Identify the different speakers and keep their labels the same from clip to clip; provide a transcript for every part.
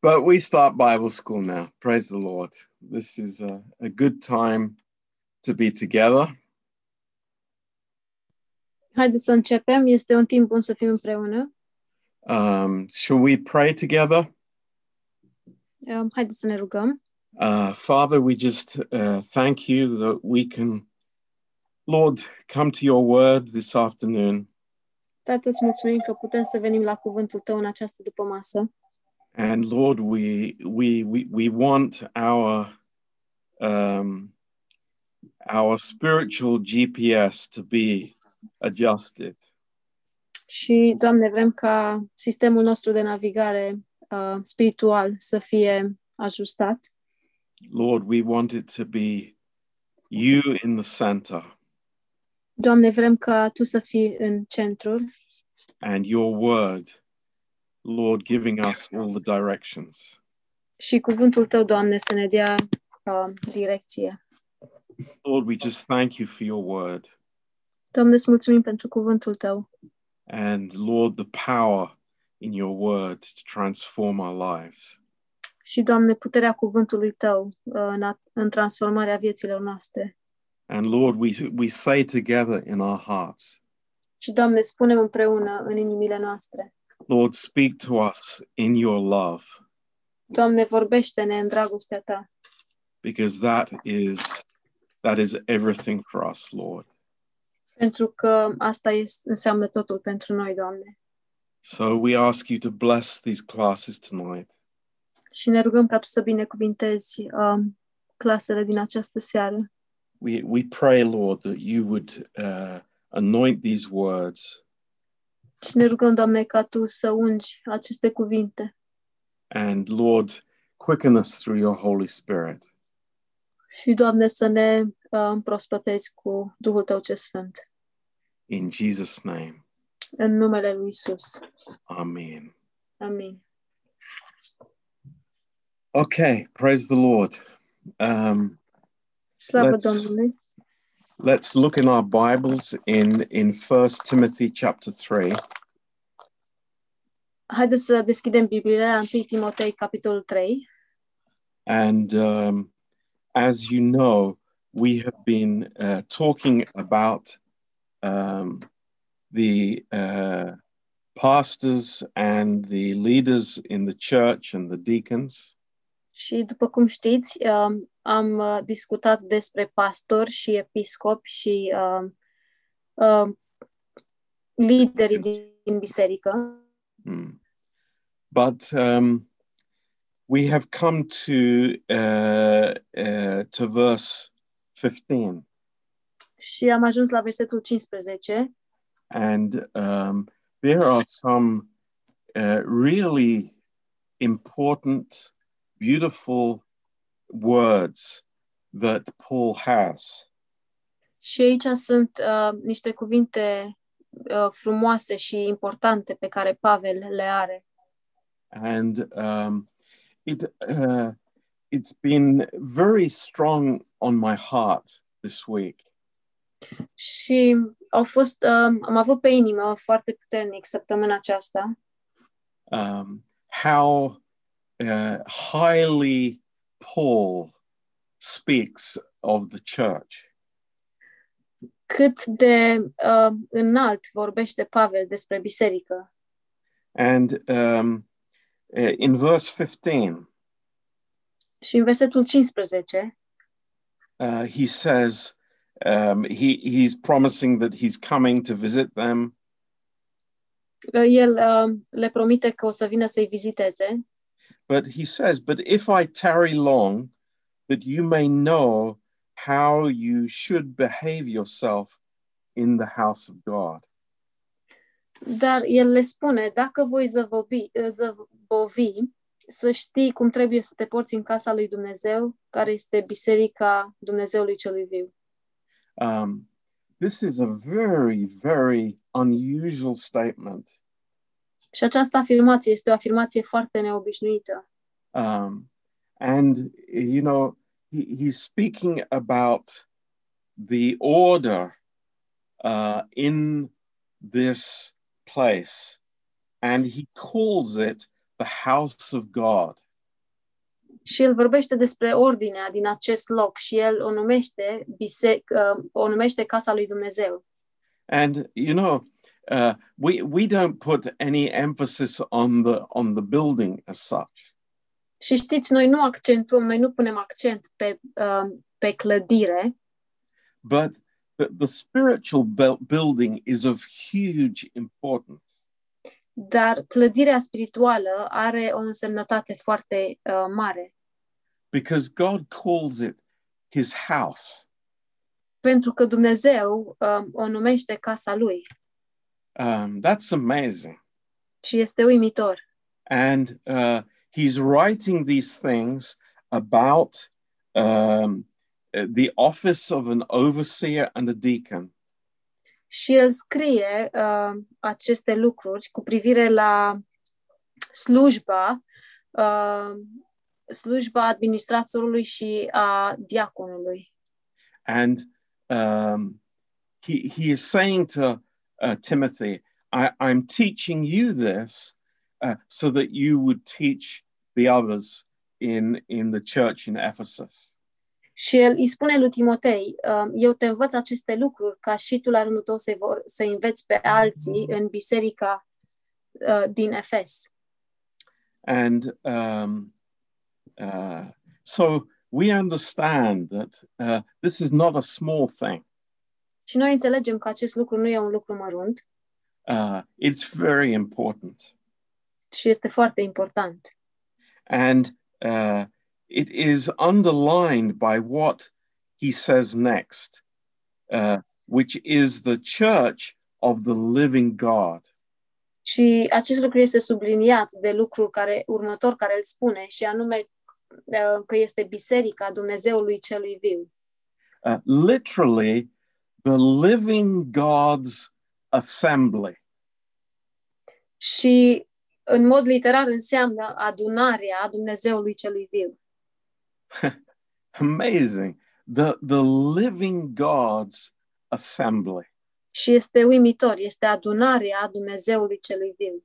Speaker 1: But we start Bible school now. Praise the Lord. This is a, a good time to be together.
Speaker 2: Haideți să începem. Este un timp bun să fim împreună.
Speaker 1: Um, shall we pray together?
Speaker 2: Um, Haideți să ne rugăm.
Speaker 1: Uh, Father, we just uh, thank you that we can, Lord, come to your word this afternoon.
Speaker 2: Tată, îți mulțumim că putem să venim la cuvântul tău în această după masă.
Speaker 1: And Lord, we we we, we want our um, our spiritual GPS to be adjusted.
Speaker 2: Și, Doamne, vrem ca sistemul nostru de navigare uh, spiritual să fie ajustat.
Speaker 1: Lord, we want it to be you in the center
Speaker 2: Doamne, vrem ca Tu să fii în centrul
Speaker 1: and your word, Lord, giving us all the directions.
Speaker 2: și cuvântul Tău, Doamne, să ne dea uh, direcție.
Speaker 1: Lord, we just thank you for your word
Speaker 2: Doamne, îți mulțumim pentru cuvântul Tău
Speaker 1: and Lord, the power in your word to transform our lives.
Speaker 2: și, Doamne, puterea cuvântului Tău uh, în, a, în transformarea vieților noastre.
Speaker 1: And Lord, we we say together in our hearts,
Speaker 2: Și, Doamne, spunem împreună în inimile noastre.
Speaker 1: Lord, speak to us in your love,
Speaker 2: Doamne, vorbește-ne în dragostea Ta,
Speaker 1: because that is that is everything for us, Lord.
Speaker 2: pentru că asta este, înseamnă totul pentru noi, Doamne.
Speaker 1: So we ask you to bless these classes tonight.
Speaker 2: Și ne rugăm ca Tu să binecuvintezi uh, clasele din această seară.
Speaker 1: We we pray, Lord, that you would uh, anoint these words
Speaker 2: Și ne rugăm, Doamne, ca Tu să ungi aceste cuvinte
Speaker 1: and Lord, quicken us through your Holy Spirit.
Speaker 2: și, Doamne, să ne uh, împrospătezi cu Duhul Tău ce Sfânt.
Speaker 1: In Jesus' name,
Speaker 2: În numele Lui Isus.
Speaker 1: Amen.
Speaker 2: Amin.
Speaker 1: Okay, praise the Lord. Um,
Speaker 2: Slavă
Speaker 1: Let's-
Speaker 2: Domnului!
Speaker 1: let's look in our Bibles in in First Timothy chapter three.
Speaker 2: Haideți să deschidem Biblia la 1 Timotei, capitolul 3.
Speaker 1: And um, as you know, we have been uh, talking about um, the uh, pastors and the leaders in the church and the deacons.
Speaker 2: Și, după cum știți, um, am uh, discutat despre pastori și episcopi și um, um, liderii din, din biserică.
Speaker 1: Hmm. But um, we have come to uh, uh, to verse fifteen,
Speaker 2: Și am ajuns la versetul 15
Speaker 1: and um, there are some uh, really important, beautiful words that Paul has.
Speaker 2: Și aici sunt uh, niște cuvinte uh, frumoase și importante pe care Pavel le are.
Speaker 1: and um, it uh, it's been very strong on my heart this week.
Speaker 2: Și au fost, uh, am avut pe inimă foarte puternic săptămâna aceasta
Speaker 1: Um, how uh, highly Paul speaks of the church,
Speaker 2: cât de uh, înalt vorbește Pavel despre biserică.
Speaker 1: and um, uh, in verse fifteen,
Speaker 2: Și în versetul 15,
Speaker 1: uh, he says. Um, he he's promising that he's coming to visit them,
Speaker 2: uh, el uh, le promite că o să vină să-i viziteze,
Speaker 1: But he says, But if I tarry long, that you may know how you should behave yourself in the house of God.
Speaker 2: dar el le spune, dacă voi zăvobi, uh, zăbovi, să știi cum trebuie să te porți în casa lui Dumnezeu, care este biserica Dumnezeului celui viu.
Speaker 1: Um, this is a very, very unusual statement.
Speaker 2: Și această afirmație este o afirmație foarte neobișnuită.
Speaker 1: Um, and, you know, he, he's speaking about the order uh, in this place, and he calls it the house of God.
Speaker 2: și el vorbește despre ordinea din acest loc și el o numește, bise- uh, o numește Casa lui Dumnezeu.
Speaker 1: And you know, uh, we we don't put any emphasis on the on the building as such.
Speaker 2: Și știți, noi nu accentuăm, noi nu punem accent pe, uh, pe clădire,
Speaker 1: but the, the spiritual bu- building is of huge importance.
Speaker 2: dar clădirea spirituală are o însemnătate foarte uh, mare,
Speaker 1: because God calls it his house.
Speaker 2: pentru că Dumnezeu uh, o numește Casa Lui
Speaker 1: Um, that's amazing.
Speaker 2: și este uimitor.
Speaker 1: And uh, he's writing these things about um, uh, the office of an overseer and a deacon.
Speaker 2: Și el scrie uh, aceste lucruri cu privire la slujba, uh, slujba administratorului și a diaconului.
Speaker 1: And um, he, he is saying to uh, Timothy, I, I'm teaching you this uh, so that you would teach the others in, in the church in Ephesus.
Speaker 2: Și el îi spune lui Timotei, uh, eu te învăț aceste lucruri ca și tu la rândul tău să-i, vor, să înveți pe alții în biserica uh, din Efes.
Speaker 1: And um, uh, so we understand that uh, this is not a small thing.
Speaker 2: Și noi înțelegem că acest lucru nu e un lucru mărunt
Speaker 1: Uh, it's very important.
Speaker 2: și este foarte important.
Speaker 1: And uh, it is underlined by what he says next, uh, which is the church of the living God.
Speaker 2: Și acest lucru este subliniat de lucrul care, următor care îl spune, și anume uh, că este Biserica Dumnezeului Celui Viu.
Speaker 1: Uh, literally, the living God's assembly.
Speaker 2: Și, în mod literar, înseamnă adunarea a Dumnezeului Celui Viu.
Speaker 1: Amazing. The, the living God's assembly.
Speaker 2: Și este uimitor, este adunarea a Dumnezeului Celui Viu.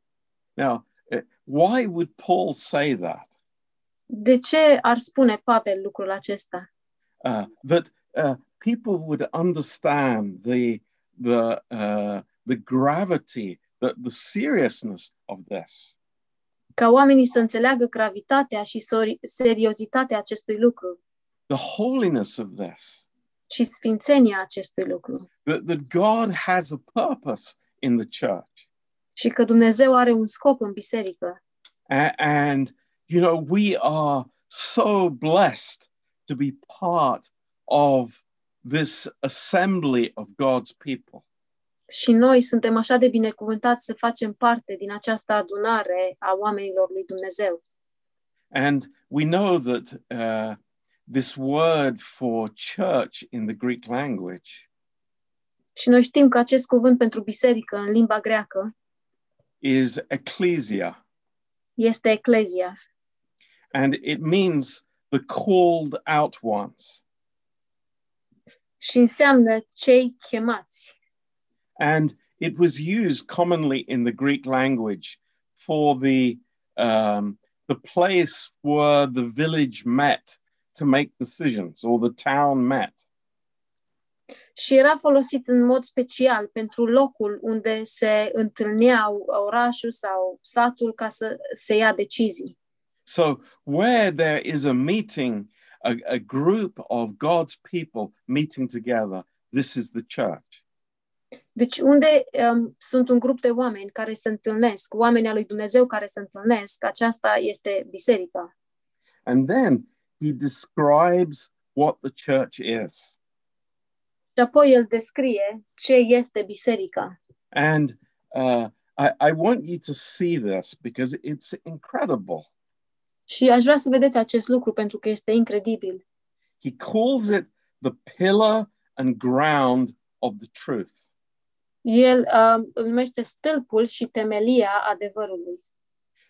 Speaker 1: Now, uh, why would Paul say that?
Speaker 2: De ce ar spune Pavel lucrul acesta?
Speaker 1: Uh, that uh, people would understand the the uh, the gravity, the the seriousness of this,
Speaker 2: Ca oamenii să înțeleagă gravitatea și sori- seriozitatea acestui lucru
Speaker 1: the holiness of this.
Speaker 2: și sfințenia acestui lucru.
Speaker 1: That that God has a purpose in the church,
Speaker 2: Și că Dumnezeu are un scop în biserică.
Speaker 1: A- and you know we are so blessed to be part of this assembly of God's people.
Speaker 2: Și noi suntem așa de binecuvântați să facem parte din această adunare a oamenilor lui Dumnezeu.
Speaker 1: And we know that uh, this word for church in the Greek language
Speaker 2: Și noi știm că acest cuvânt pentru biserică în limba greacă
Speaker 1: is ecclesia,
Speaker 2: este eclezia
Speaker 1: and it means the called out ones.
Speaker 2: și înseamnă cei chemați.
Speaker 1: And it was used commonly in the Greek language for the um, the place where the village met to make decisions, or the town met.
Speaker 2: Și era folosit în mod special pentru locul unde se întâlneau orașul sau satul ca să se ia decizii.
Speaker 1: So where there is a meeting, a, a group of God's people meeting together, this is the church.
Speaker 2: Deci unde um, sunt un grup de oameni care se întâlnesc, oamenii al lui Dumnezeu care se întâlnesc, aceasta este biserica.
Speaker 1: And then he describes what the church is.
Speaker 2: Și apoi el descrie ce este biserica.
Speaker 1: And uh, I, I want you to see this because it's incredible.
Speaker 2: Și aș vrea să vedeți acest lucru pentru că este incredibil.
Speaker 1: He calls it the pillar and ground of the truth.
Speaker 2: El uh, îl numește stâlpul și temelia adevărului.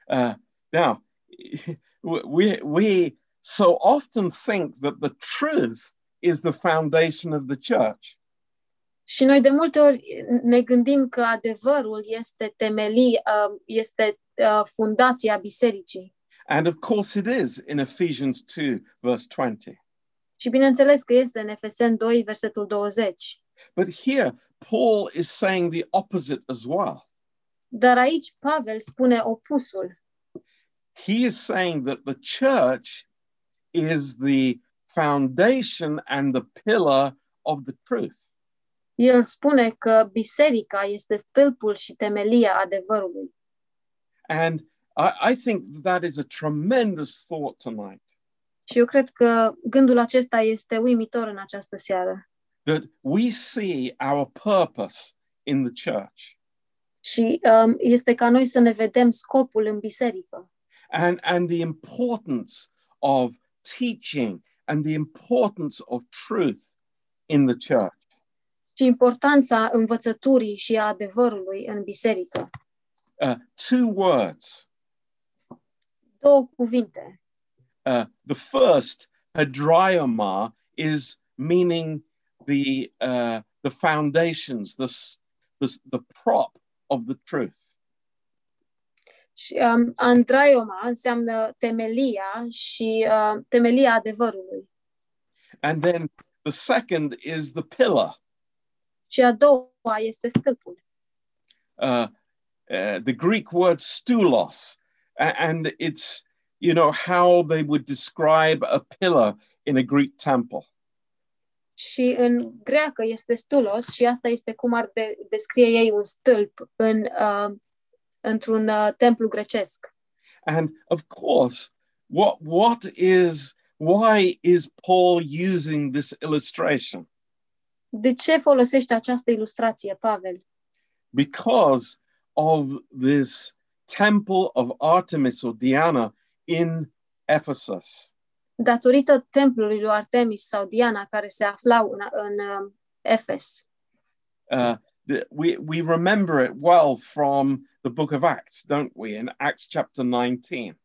Speaker 1: Uh, now, we, we so often think that the truth is the foundation of the church,
Speaker 2: Și noi de multe ori ne gândim că um, adevărul este temelie, uh, este uh, fundația bisericii.
Speaker 1: And of course it is in Ephesians 2, verse 20.
Speaker 2: Și bineînțeles că este în Efesen 2, versetul 20.
Speaker 1: But here, Paul is saying the opposite as well.
Speaker 2: Dar aici Pavel spune opusul.
Speaker 1: He is saying that the church is the foundation and the pillar of the truth.
Speaker 2: El spune că biserica este stâlpul și temelia adevărului.
Speaker 1: And I, I think that is a tremendous thought tonight.
Speaker 2: Și eu cred că gândul acesta este uimitor în această seară.
Speaker 1: that we see our purpose in the church.
Speaker 2: Și um, este ca noi să ne vedem scopul în biserică
Speaker 1: and and the importance of teaching and the importance of truth in the church
Speaker 2: și importanța învățăturii și a adevărului în biserică.
Speaker 1: Uh, two words
Speaker 2: Două cuvinte.
Speaker 1: Uh, the first hadrioma is meaning the uh, the foundations the, s- the s- the prop of the truth
Speaker 2: Și um, andraioma înseamnă temelia și uh, temelia adevărului.
Speaker 1: and then the second is the pillar
Speaker 2: Și a doua este stâlpul.
Speaker 1: uh, uh, the Greek word stulos, a- and it's you know how they would describe a pillar in a Greek temple.
Speaker 2: Și în greacă este stulos și asta este cum ar de- descrie ei un stâlp în, uh, într-un uh, templu grecesc.
Speaker 1: And of course, what what is why is Paul using this illustration?
Speaker 2: De ce folosește această ilustrație, Pavel?
Speaker 1: Because of this temple of Artemis or Diana in Ephesus.
Speaker 2: Datorită templului lui Artemis sau Diana care se aflau în, în uh, Efes.
Speaker 1: Uh, the, we, we remember it well from the book of Acts, don't we? In Acts chapter 19.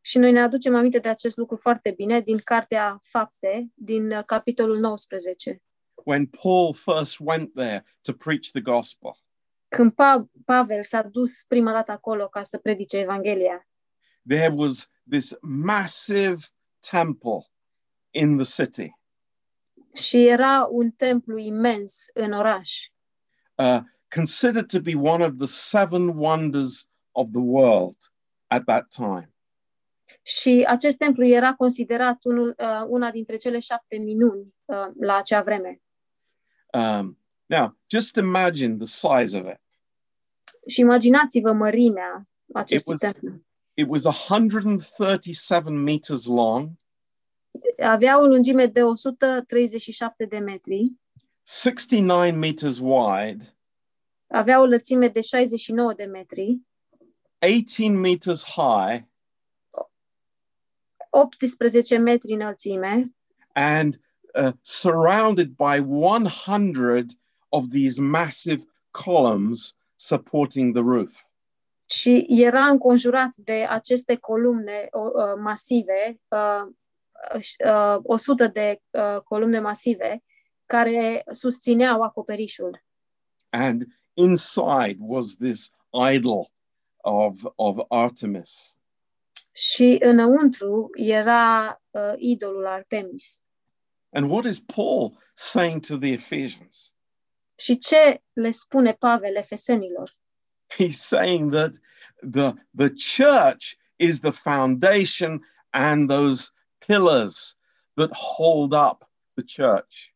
Speaker 2: Și noi ne aducem aminte de acest lucru foarte bine din Cartea Fapte, din uh, capitolul 19,
Speaker 1: when Paul first went there to preach the gospel.
Speaker 2: când pa- Pavel s-a dus prima dată acolo ca să predice Evanghelia.
Speaker 1: There was this massive temple in the city.
Speaker 2: Și era un templu imens în oraș,
Speaker 1: Uh, considered to be one of the seven wonders of the world at that time.
Speaker 2: Și acest templu era considerat unul, uh, una dintre cele șapte minuni uh, la acea vreme.
Speaker 1: Um, now, just imagine the size of it.
Speaker 2: Și imaginați-vă mărimea acestui
Speaker 1: It was-
Speaker 2: templu.
Speaker 1: It was 137 meters long,
Speaker 2: Avea o lungime de 137 de metri,
Speaker 1: 69 meters wide,
Speaker 2: avea o lățime de 69 de metri,
Speaker 1: 18 meters high,
Speaker 2: 18 metri înălțime
Speaker 1: and uh, surrounded by 100 of these massive columns supporting the roof.
Speaker 2: și era înconjurat de aceste columne o, uh, masive, uh, și, uh, 100 de uh, columne masive care susțineau acoperișul.
Speaker 1: And inside was this idol of, of Artemis.
Speaker 2: Și înăuntru era uh, idolul Artemis.
Speaker 1: And what is Paul saying to the Ephesians?
Speaker 2: Și ce le spune Pavel efesenilor?
Speaker 1: He's saying that the, the church is the foundation and those pillars that hold up the church.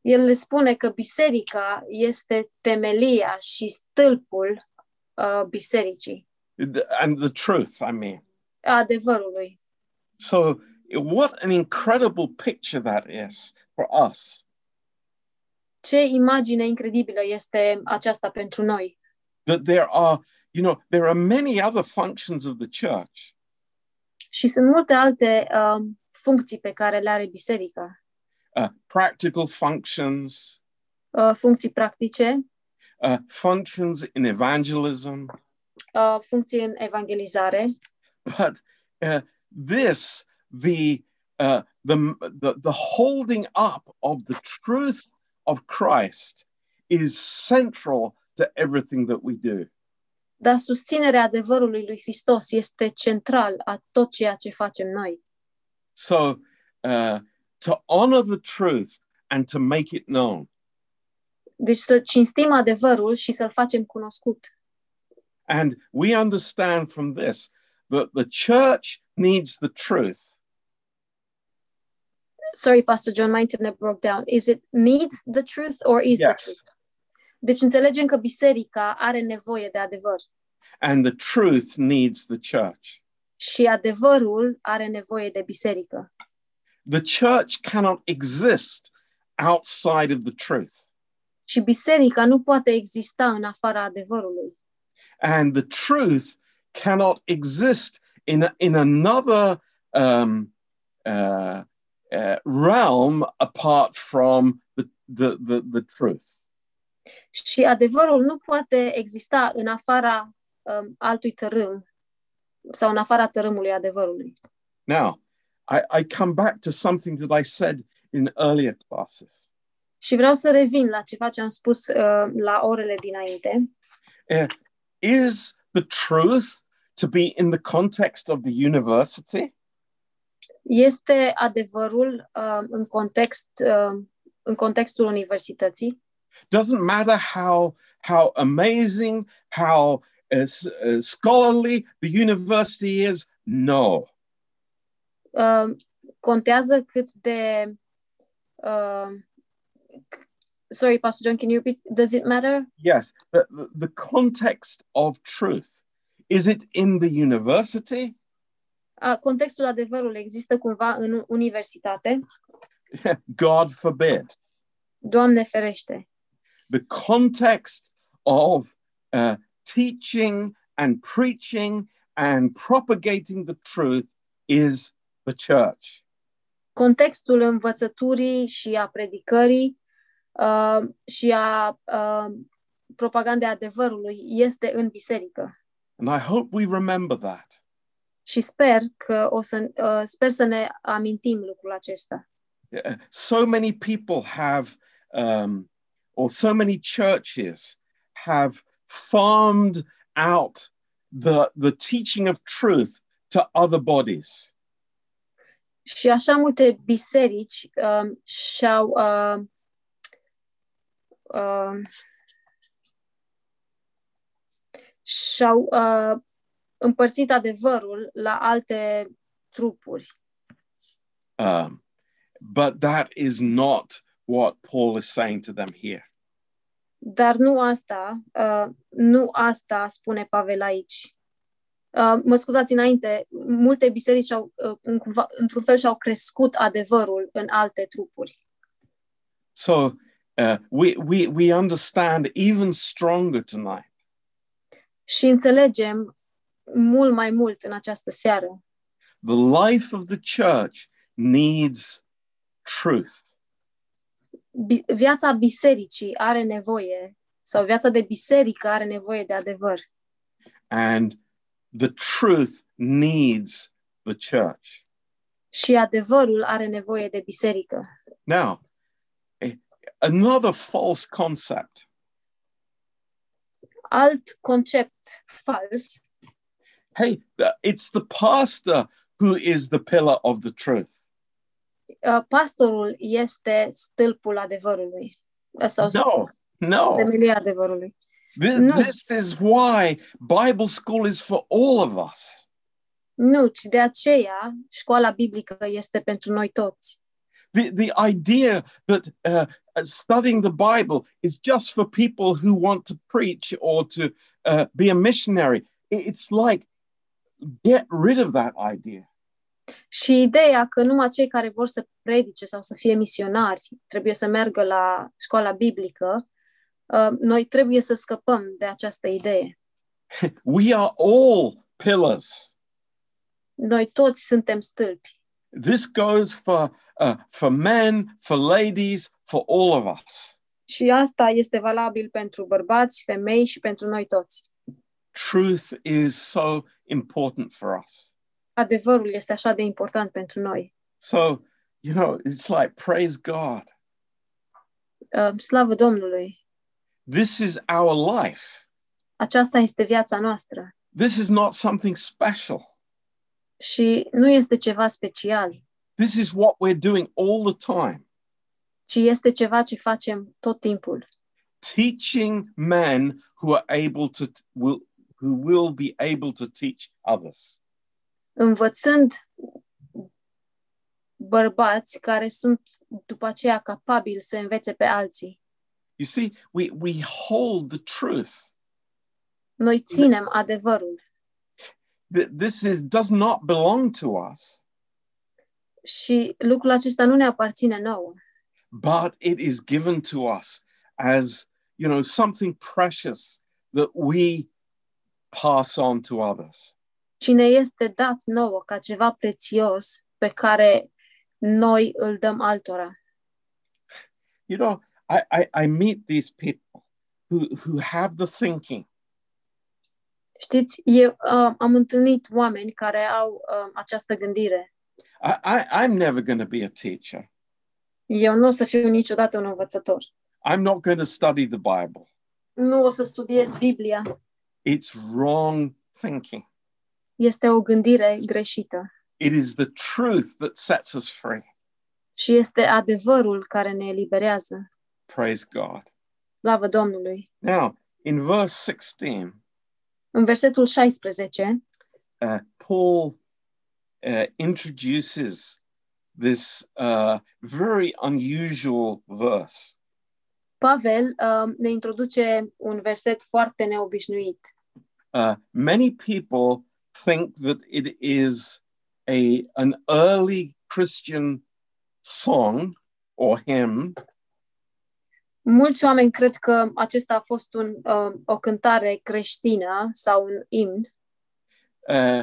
Speaker 2: El le spune că biserica este temelia și stâlpul uh, bisericii,
Speaker 1: Th- And the truth, I mean.
Speaker 2: a adevărului.
Speaker 1: So, what an incredible picture that is for us.
Speaker 2: Ce imagine incredibilă este aceasta pentru noi,
Speaker 1: That there are, you know, there are many other functions of the church,
Speaker 2: Și sunt multe alte uh, funcții pe care le are biserica.
Speaker 1: uh, practical functions,
Speaker 2: Uh, funcții practice,
Speaker 1: uh, functions in evangelism,
Speaker 2: uh, funcții în evangelizare,
Speaker 1: but uh, this, the uh, the, the the holding up of the truth of Christ is central to everything that we do.
Speaker 2: Dar susținerea adevărului lui Hristos este central a tot ceea ce facem noi.
Speaker 1: So, uh, to honor the truth and to make it known.
Speaker 2: Deci să cinstim adevărul și să-l facem cunoscut.
Speaker 1: And we understand from this that the church needs the truth
Speaker 2: Sorry, Pastor John, my internet broke down. Is it needs the truth or is the
Speaker 1: Yes.
Speaker 2: truth? Deci înțelegem că biserica are nevoie de adevăr
Speaker 1: and the truth needs the church.
Speaker 2: și adevărul are nevoie de biserică.
Speaker 1: The church cannot exist outside of the truth.
Speaker 2: Și biserica nu poate exista în afara adevărului.
Speaker 1: And the truth cannot exist in, a- in another um, uh, uh, realm apart from the, the, the, the truth.
Speaker 2: Și adevărul nu poate exista în afara um, altui tărâm sau în afara tărâmului adevărului.
Speaker 1: Now, I, I come back to something that I said in earlier classes.
Speaker 2: Și vreau să revin la ceva ce am spus uh, la orele dinainte.
Speaker 1: Is the truth to be in the context of the university?
Speaker 2: Este adevărul uh, în context uh, în contextul universității.
Speaker 1: doesn't matter how how amazing how uh, s- uh, scholarly the university is no
Speaker 2: Uh, contează cât de uh, Sorry, Pastor John, can you repeat? Does it matter?
Speaker 1: yes the, the, the context of truth is it in the university
Speaker 2: A, Ah, contextul adevărului există cumva în universitate?
Speaker 1: god forbid
Speaker 2: Doamne ferește!
Speaker 1: the context of uh, teaching and preaching and propagating the truth is the church
Speaker 2: contextul învățăturii și a predicării uh, și a uh, propagandei adevărului este în biserică.
Speaker 1: and i hope we remember that
Speaker 2: Și sper că o să uh, sper să ne amintim lucrul acesta.
Speaker 1: Yeah, so many people have, um, or so many churches have farmed out the, the teaching of truth to other bodies.
Speaker 2: Și așa multe biserici uh, și-au uh, uh, și-au uh, împărțit adevărul la alte trupuri.
Speaker 1: Um, but that is not what Paul is saying to them here.
Speaker 2: Dar nu asta, uh, nu asta spune Pavel aici. Uh, mă scuzați înainte, multe biserici au, uh, în cumva, într-un fel și-au crescut adevărul în alte trupuri.
Speaker 1: So uh, we, we, we understand even stronger tonight
Speaker 2: Și înțelegem mult mai mult în această seară.
Speaker 1: the life of the church needs truth.
Speaker 2: Bi- viața bisericii are nevoie, sau viața de biserică are nevoie de adevăr.
Speaker 1: and the truth needs the church.
Speaker 2: Și adevărul are nevoie de biserică.
Speaker 1: Now, a- another false concept
Speaker 2: Alt concept fals
Speaker 1: hey, th- it's the pastor who is the pillar of the truth.
Speaker 2: Uh, pastorul este stâlpul adevărului Uh, sau
Speaker 1: No, no.
Speaker 2: temelia adevărului.
Speaker 1: Thi-
Speaker 2: No.
Speaker 1: This is why Bible school is for all of us.
Speaker 2: Nu, ci de aceea școala biblică este pentru noi toți.
Speaker 1: The, the idea that uh, uh, studying the Bible is just for people who want to preach or to uh, be a missionary, I- it's like get rid of that idea.
Speaker 2: Și ideea că numai cei care vor să predice sau să fie misionari trebuie să meargă la școala biblică, uh, noi trebuie să scăpăm de această idee.
Speaker 1: We are all pillars.
Speaker 2: Noi toți suntem stâlpi.
Speaker 1: This goes for uh, for men, for ladies, for all of us.
Speaker 2: Și asta este valabil pentru bărbați, femei și pentru noi toți.
Speaker 1: Truth is so important for us.
Speaker 2: Adevărul este așa de important pentru noi.
Speaker 1: So, you know, it's like praise God.
Speaker 2: Uh, Slavă Domnului!
Speaker 1: This is our life.
Speaker 2: Aceasta este viața noastră
Speaker 1: This is not something special.
Speaker 2: și nu este ceva special,
Speaker 1: This is what we're doing all the time.
Speaker 2: ci este ceva ce facem tot timpul.
Speaker 1: teaching men who are able to will who will be able to teach others.
Speaker 2: Învățând bărbați care sunt după aceea capabili să învețe pe alții.
Speaker 1: You see, we we hold the truth.
Speaker 2: Noi ținem adevărul
Speaker 1: Th- This is does not belong to us,
Speaker 2: și lucrul acesta nu ne aparține nouă,
Speaker 1: but it is given to us as you know something precious that we pass on to others.
Speaker 2: ci ne este dat nouă ca ceva prețios pe care noi îl dăm altora.
Speaker 1: You know, I I, I meet these people who who have the thinking.
Speaker 2: Știți, eu uh, am întâlnit oameni care au uh, această gândire.
Speaker 1: I, I I'm never going to be a teacher.
Speaker 2: Eu nu o să fiu niciodată un învățător.
Speaker 1: I'm not going to study the Bible.
Speaker 2: Nu o să studiez Biblia.
Speaker 1: It's wrong thinking.
Speaker 2: Este o gândire greșită
Speaker 1: It is the truth that sets us free.
Speaker 2: și este adevărul care ne eliberează.
Speaker 1: Praise God.
Speaker 2: Slavă Domnului!
Speaker 1: Now, in verse 16,
Speaker 2: În versetul 16,
Speaker 1: uh, Paul uh, introduces this uh, very unusual verse.
Speaker 2: Pavel uh, ne introduce un verset foarte neobișnuit.
Speaker 1: Uh, many people think that it is a, an early Christian song or hymn,
Speaker 2: Mulți oameni cred că acesta a fost un, uh, o cântare creștină sau un imn,
Speaker 1: uh,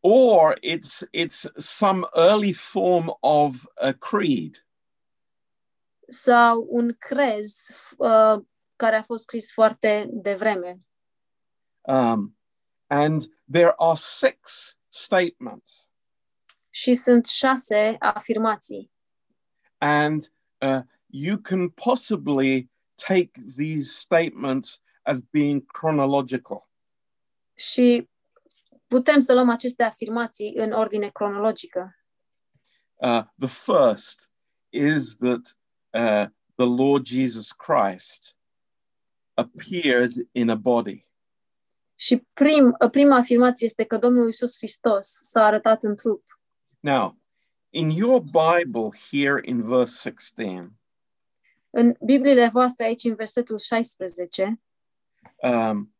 Speaker 1: or it's it's some early form of a creed.
Speaker 2: sau un crez f- uh, care a fost scris foarte devreme.
Speaker 1: Um, and there are six statements,
Speaker 2: Și sunt șase afirmații.
Speaker 1: and uh, you can possibly take these statements as being chronological.
Speaker 2: Și putem să luăm aceste afirmații în ordine cronologică.
Speaker 1: Uh, the first is that uh, the Lord Jesus Christ appeared in a body.
Speaker 2: Și prim, prima afirmație este că Domnul Iisus Hristos s-a arătat în trup.
Speaker 1: Now, in your Bible, here in verse 16,
Speaker 2: În Bibliile voastre, aici în versetul 16,
Speaker 1: um,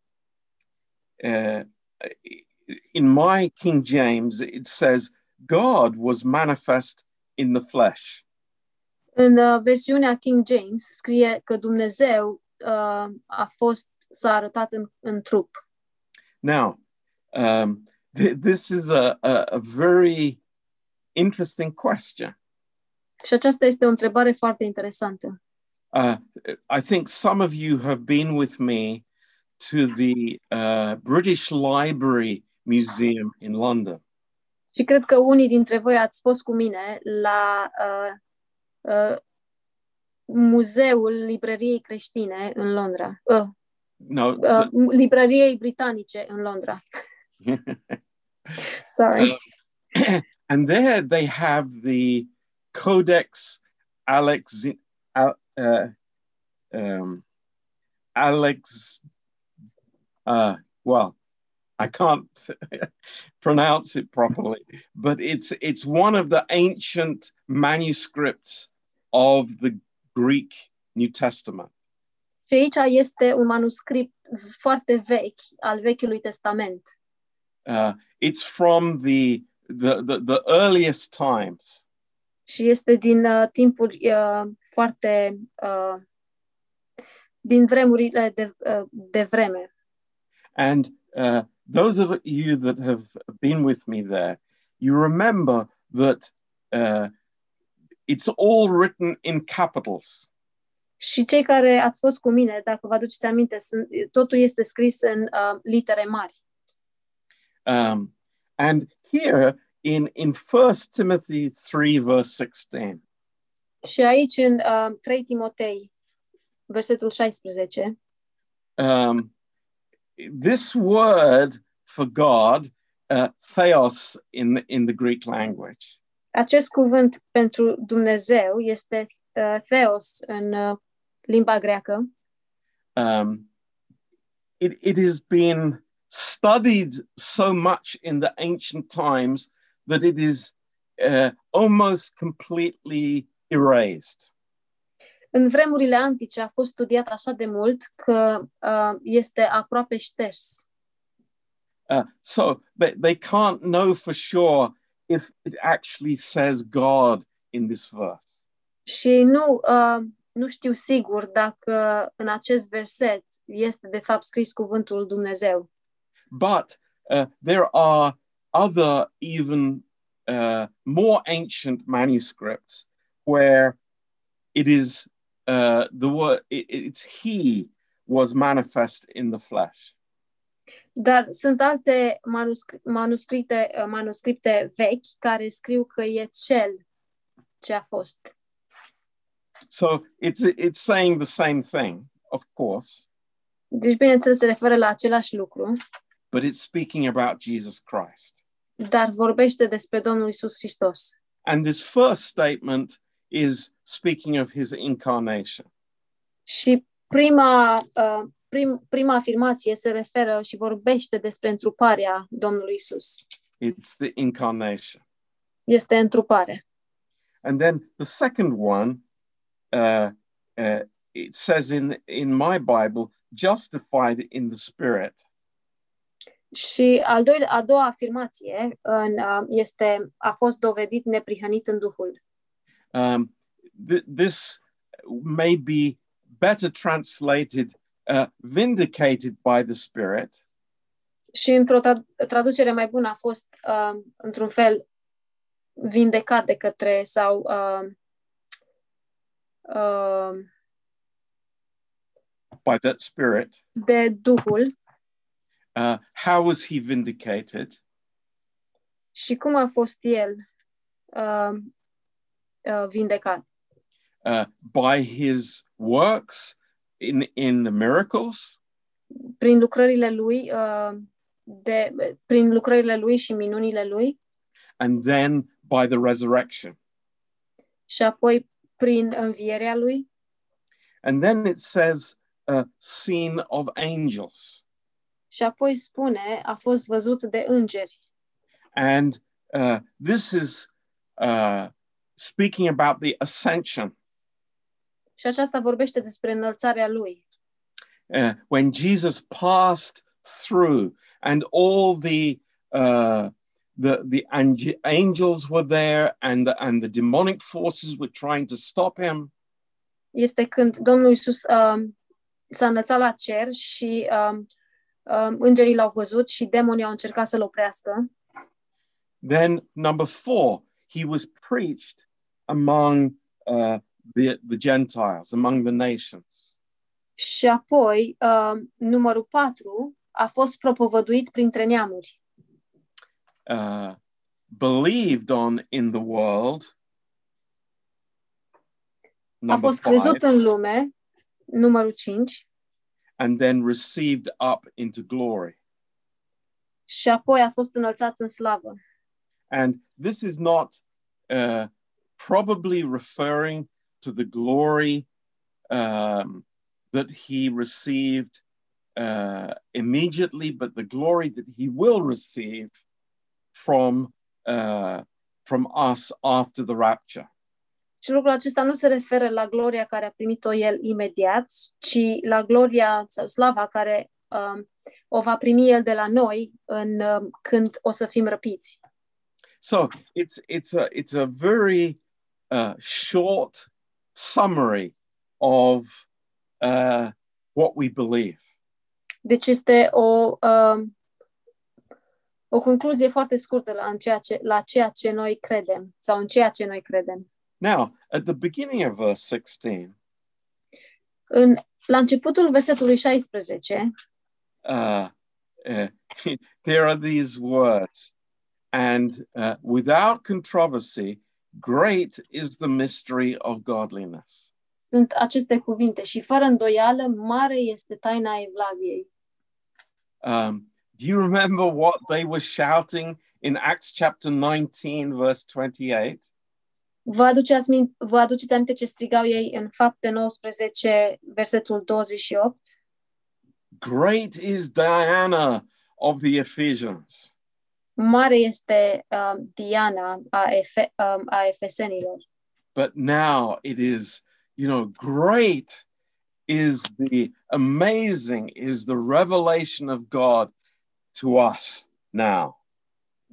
Speaker 1: uh, in my King James, it says, God was manifest in the flesh.
Speaker 2: în uh, versiunea King James, scrie că Dumnezeu uh, a fost s-a arătat în, în trup.
Speaker 1: Now, um, th- this is a, a, a very interesting question.
Speaker 2: Și aceasta este o întrebare foarte interesantă.
Speaker 1: Uh, I think some of you have been with me to the uh, British Library Museum in London.
Speaker 2: Și cred că unii dintre voi ați fost cu mine la uh, uh, Muzeul Librăriei Creștine în Londra, uh,
Speaker 1: No,
Speaker 2: uh, Librăriei Britanice în Londra. Uh, Sorry.
Speaker 1: and there they have the Codex Alex Al, uh, um, Alex. Uh, well, I can't pronounce it properly, but it's it's one of the ancient manuscripts of the Greek New Testament.
Speaker 2: Și aici este un manuscript foarte vechi al Vechiului Testament.
Speaker 1: Uh, it's from the the, the the earliest times.
Speaker 2: Și este din uh, timpuri uh, foarte. Uh, din vremurile de, uh, de vreme.
Speaker 1: And uh, those of you that have been with me there, you remember that uh, it's all written in capitals.
Speaker 2: Și cei care ați fost cu mine, dacă vă aduceți aminte, sunt, totul este scris în uh, litere mari.
Speaker 1: Um, and here in, in 1 Timothy 3, verse 16,
Speaker 2: Și aici, în uh, 3 Timotei, versetul 16,
Speaker 1: um, this word for God, uh, theos in the, in the Greek language,
Speaker 2: Acest cuvânt pentru Dumnezeu este uh, theos în uh, limba greacă.
Speaker 1: um, it, it has been studied so much in the ancient times that it is uh, almost completely erased.
Speaker 2: În vremurile antice a fost studiat așa de mult că uh, este aproape șters.
Speaker 1: Uh, so they, they can't know for sure if it actually says God in this verse.
Speaker 2: Și nu, uh, nu știu sigur dacă în acest verset este de fapt scris cuvântul Dumnezeu.
Speaker 1: But uh, there are other, even uh, more ancient manuscripts where it is uh, the word, it, it's He was manifest in the flesh.
Speaker 2: Dar sunt alte manusc- manuscrite, uh, manuscripte vechi care scriu că e cel ce a fost.
Speaker 1: So it's, it's saying the same thing, of course,
Speaker 2: Deci, bineînțeles, se referă la același lucru,
Speaker 1: but it's speaking about Jesus Christ.
Speaker 2: dar vorbește despre Domnul Isus Hristos.
Speaker 1: And this first statement is speaking of His incarnation.
Speaker 2: Și prima, uh, prim, prima afirmație se referă și vorbește despre întruparea Domnului Isus.
Speaker 1: It's the incarnation.
Speaker 2: Este întrupare.
Speaker 1: And then the second one, uh, uh, it says in in my Bible, justified in the Spirit.
Speaker 2: Și al doilea, a doua afirmație în, uh, este a fost dovedit neprihănit în Duhul.
Speaker 1: Um, th- this may be better translated uh, vindicated by the Spirit,
Speaker 2: Și într-o tra- traducere mai bună a fost, uh, într-un fel, vindecat de către sau uh, uh,
Speaker 1: by that Spirit.
Speaker 2: de Duhul.
Speaker 1: Uh, how was he vindicated?
Speaker 2: Și cum a fost el uh, uh, vindecat?
Speaker 1: Uh, by his works in in the miracles,
Speaker 2: Prin lucrările lui, uh, de, prin lucrările lui și minunile lui,
Speaker 1: and then by the resurrection.
Speaker 2: și apoi prin învierea lui,
Speaker 1: And then it says, uh, seen of angels.
Speaker 2: și apoi spune, a fost văzut de îngeri.
Speaker 1: And uh, this is uh, speaking about the ascension.
Speaker 2: Și aceasta vorbește despre înălțarea lui.
Speaker 1: Uh, when Jesus passed through, and all the uh, the the ange- angels were there, and the, and the demonic forces were trying to stop him.
Speaker 2: Este când Domnul Iisus uh, s-a înălțat la cer și uh, uh, îngerii l-au văzut și demonii au încercat să-l oprească.
Speaker 1: Then number four, he was preached among uh, the the Gentiles, among the nations.
Speaker 2: Și apoi, uh, numărul 4 a fost propovăduit printre neamuri.
Speaker 1: Uh, believed on in the world.
Speaker 2: A
Speaker 1: Number
Speaker 2: fost crezut
Speaker 1: five,
Speaker 2: în lume, numărul 5,
Speaker 1: and then received up into glory.
Speaker 2: și apoi a fost înălțat în slavă.
Speaker 1: And this is not uh, probably referring to the glory um, that he received uh, immediately, but the glory that he will receive from uh, from us after the rapture.
Speaker 2: Și lucrul acesta nu se referă la gloria care a primit-o el imediat, ci la gloria sau slava care um, o va primi el de la noi în, um, când o să fim răpiți.
Speaker 1: So it's it's a it's a very uh, short summary of uh, what we believe.
Speaker 2: Deci este o, um, o concluzie foarte scurtă la, în ceea ce, la ceea ce noi credem sau în ceea ce noi credem.
Speaker 1: Now, at the beginning of verse 16,
Speaker 2: În, la începutul versetului 16
Speaker 1: uh, uh, there are these words, and uh, without controversy, great is the mystery of godliness.
Speaker 2: sunt aceste cuvinte și fără îndoială mare este taina evlaviei.
Speaker 1: Um, do you remember what they were shouting in Acts chapter 19, verse 28?
Speaker 2: Vă aduceți, min- vă aduceți aminte ce strigau ei în fapte 19, versetul 28?
Speaker 1: Great is Diana of the Ephesians.
Speaker 2: Mare este um, Diana a, Efe- um, a Efesenilor.
Speaker 1: But now it is, you know, great is the amazing is the revelation of God to us now.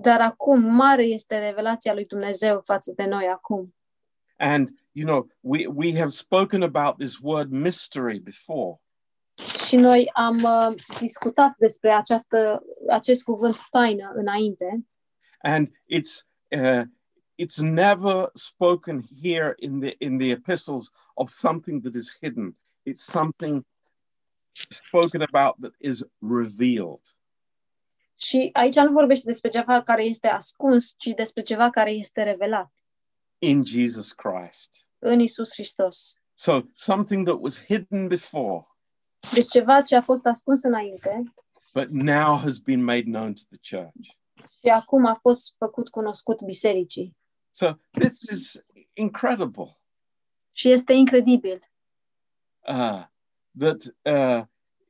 Speaker 2: Dar acum mare este revelația lui Dumnezeu față de noi acum.
Speaker 1: And you know, we we have spoken about this word mystery before.
Speaker 2: Și noi am uh, discutat despre această, acest cuvânt taină înainte
Speaker 1: and it's uh, it's never spoken here in the in the epistles of something that is hidden it's something spoken about that is revealed
Speaker 2: și aici nu vorbește despre ceva care este ascuns, ci despre ceva care este revelat
Speaker 1: in Jesus Christ
Speaker 2: în Isus Hristos.
Speaker 1: so something that was hidden before
Speaker 2: Deci ceva ce a fost ascuns înainte
Speaker 1: but now has been made known to the church
Speaker 2: și acum a fost făcut cunoscut bisericii.
Speaker 1: so this is incredible
Speaker 2: Și este incredibil
Speaker 1: uh, that uh,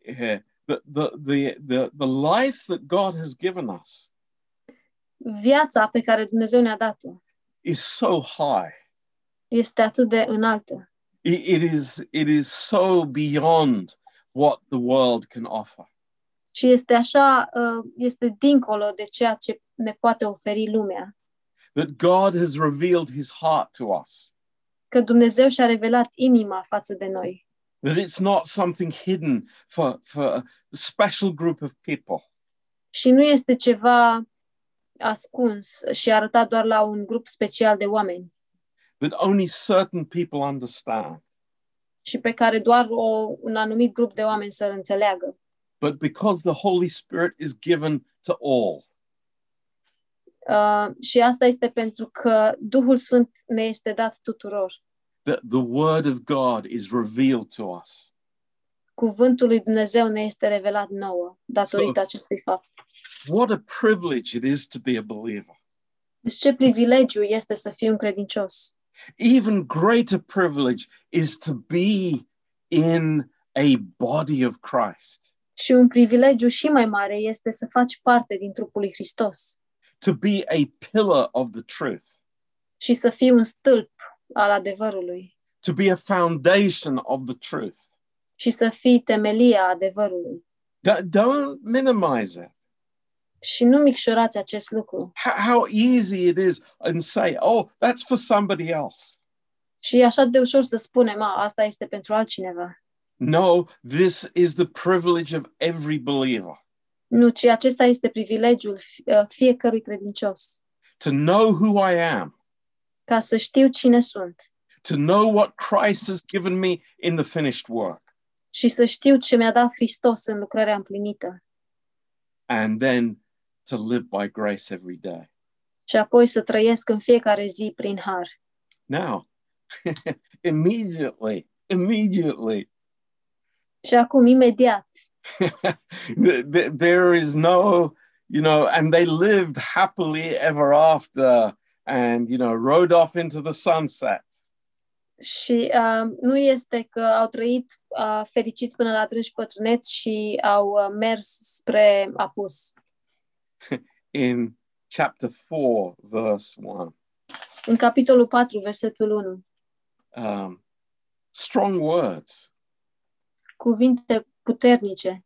Speaker 1: eh, the, the the the the life that God has given us
Speaker 2: viața pe care Dumnezeu ne-a dat-o.
Speaker 1: is so high
Speaker 2: este atât de înaltă.
Speaker 1: it, it is it is so beyond what the world can offer
Speaker 2: Și este așa, uh, este dincolo de ceea ce ne poate oferi lumea.
Speaker 1: that god has revealed his heart to us
Speaker 2: Că Dumnezeu și-a revelat inima față de noi.
Speaker 1: that it's not something hidden for for a special group of people
Speaker 2: Și nu este ceva ascuns și arătat doar la un grup special de oameni
Speaker 1: that only certain people understand
Speaker 2: și pe care doar o, un anumit grup de oameni să-l înțeleagă.
Speaker 1: but because the holy spirit is given to all
Speaker 2: Uh, și asta este pentru că Duhul Sfânt ne este dat tuturor.
Speaker 1: that the word of god is revealed to us
Speaker 2: Cuvântul lui Dumnezeu ne este revelat nouă datorită acestui fapt.
Speaker 1: what a privilege it is to be a believer
Speaker 2: Deci ce privilegiu este să fii un credincios.
Speaker 1: even greater privilege is to be in a body of Christ,
Speaker 2: Și un privilegiu și mai mare este să faci parte din trupul lui Hristos
Speaker 1: to be a pillar of the truth,
Speaker 2: și să fii un stâlp al adevărului
Speaker 1: to be a foundation of the truth.
Speaker 2: și să fii temelia adevărului.
Speaker 1: D- don't minimize it.
Speaker 2: Și nu micșorați acest lucru.
Speaker 1: How, how easy it is and say, oh, that's for somebody else.
Speaker 2: Și e așa de ușor să spunem, a, asta este pentru altcineva.
Speaker 1: No, this is the privilege of every believer
Speaker 2: Nu, ci acesta este privilegiul fi- uh, fiecărui credincios.
Speaker 1: to know who I am,
Speaker 2: Ca să știu cine sunt
Speaker 1: to know what Christ has given me in the finished work,
Speaker 2: și să știu ce mi-a dat Hristos în lucrarea împlinită
Speaker 1: and then to live by grace every day.
Speaker 2: și apoi să trăiesc în fiecare zi prin har.
Speaker 1: now immediately immediately
Speaker 2: Și acum, imediat,
Speaker 1: Th- th- there is no you know and they lived happily ever after and you know rode off into the sunset
Speaker 2: Și uh, nu este că au trăit uh, fericiți până la adânci pătrâneți și au uh, mers spre apus.
Speaker 1: in chapter 4 verse 1
Speaker 2: În capitolul 4, versetul 1,
Speaker 1: um, strong words
Speaker 2: cuvinte puternice.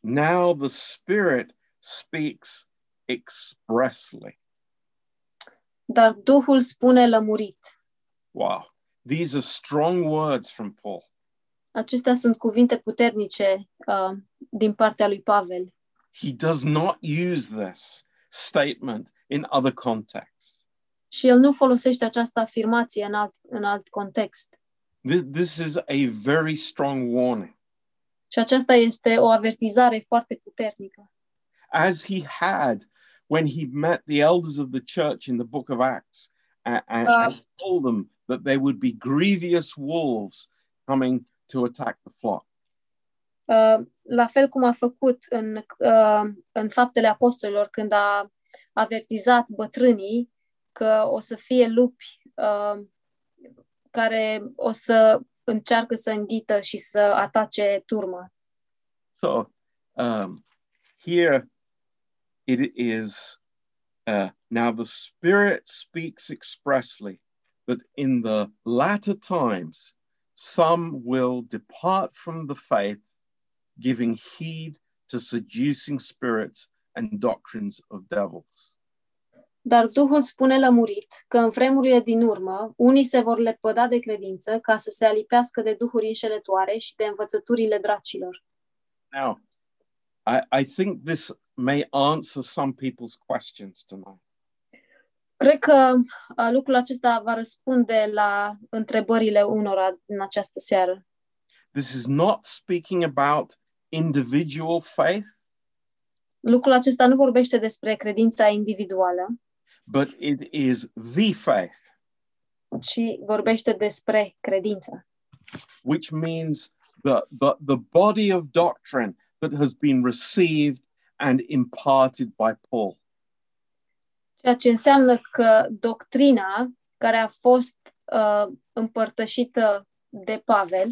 Speaker 1: now the spirit speaks expressly
Speaker 2: Dar Duhul spune lămurit.
Speaker 1: wow these are strong words from paul
Speaker 2: Acestea sunt cuvinte puternice uh, din partea lui Pavel.
Speaker 1: he does not use this statement in other contexts.
Speaker 2: Și el nu folosește această afirmație în alt, în alt context.
Speaker 1: Th- This is a very strong warning,
Speaker 2: Și aceasta este o avertizare foarte puternică.
Speaker 1: as he had when he met the elders of the church in the book of Acts a- a- and,
Speaker 2: Uh.
Speaker 1: told them that there would be grievous wolves coming to attack the flock.
Speaker 2: uh, la fel cum a făcut în, uh, în faptele apostolilor când a avertizat bătrânii că o să fie lupi uh, care o să încearcă să înghită și să atace turma.
Speaker 1: So um, here it is. Uh, now the Spirit speaks expressly that in the latter times some will depart from the faith, giving heed to seducing spirits and doctrines of devils.
Speaker 2: Dar Duhul spune lămurit că în vremurile din urmă, unii se vor lepăda de credință ca să se alipească de duhuri înșelătoare și de învățăturile dracilor.
Speaker 1: Now, I, I think this may answer some people's questions tonight.
Speaker 2: Cred că uh, lucrul acesta va răspunde la întrebările unora în această seară.
Speaker 1: This is not speaking about individual faith,
Speaker 2: Lucrul acesta nu vorbește despre credința individuală,
Speaker 1: but it is the faith,
Speaker 2: ci vorbește despre credință,
Speaker 1: which means the, the, the body of doctrine that has been received and imparted by Paul.
Speaker 2: ceea ce înseamnă că doctrina care a fost uh, împărtășită de Pavel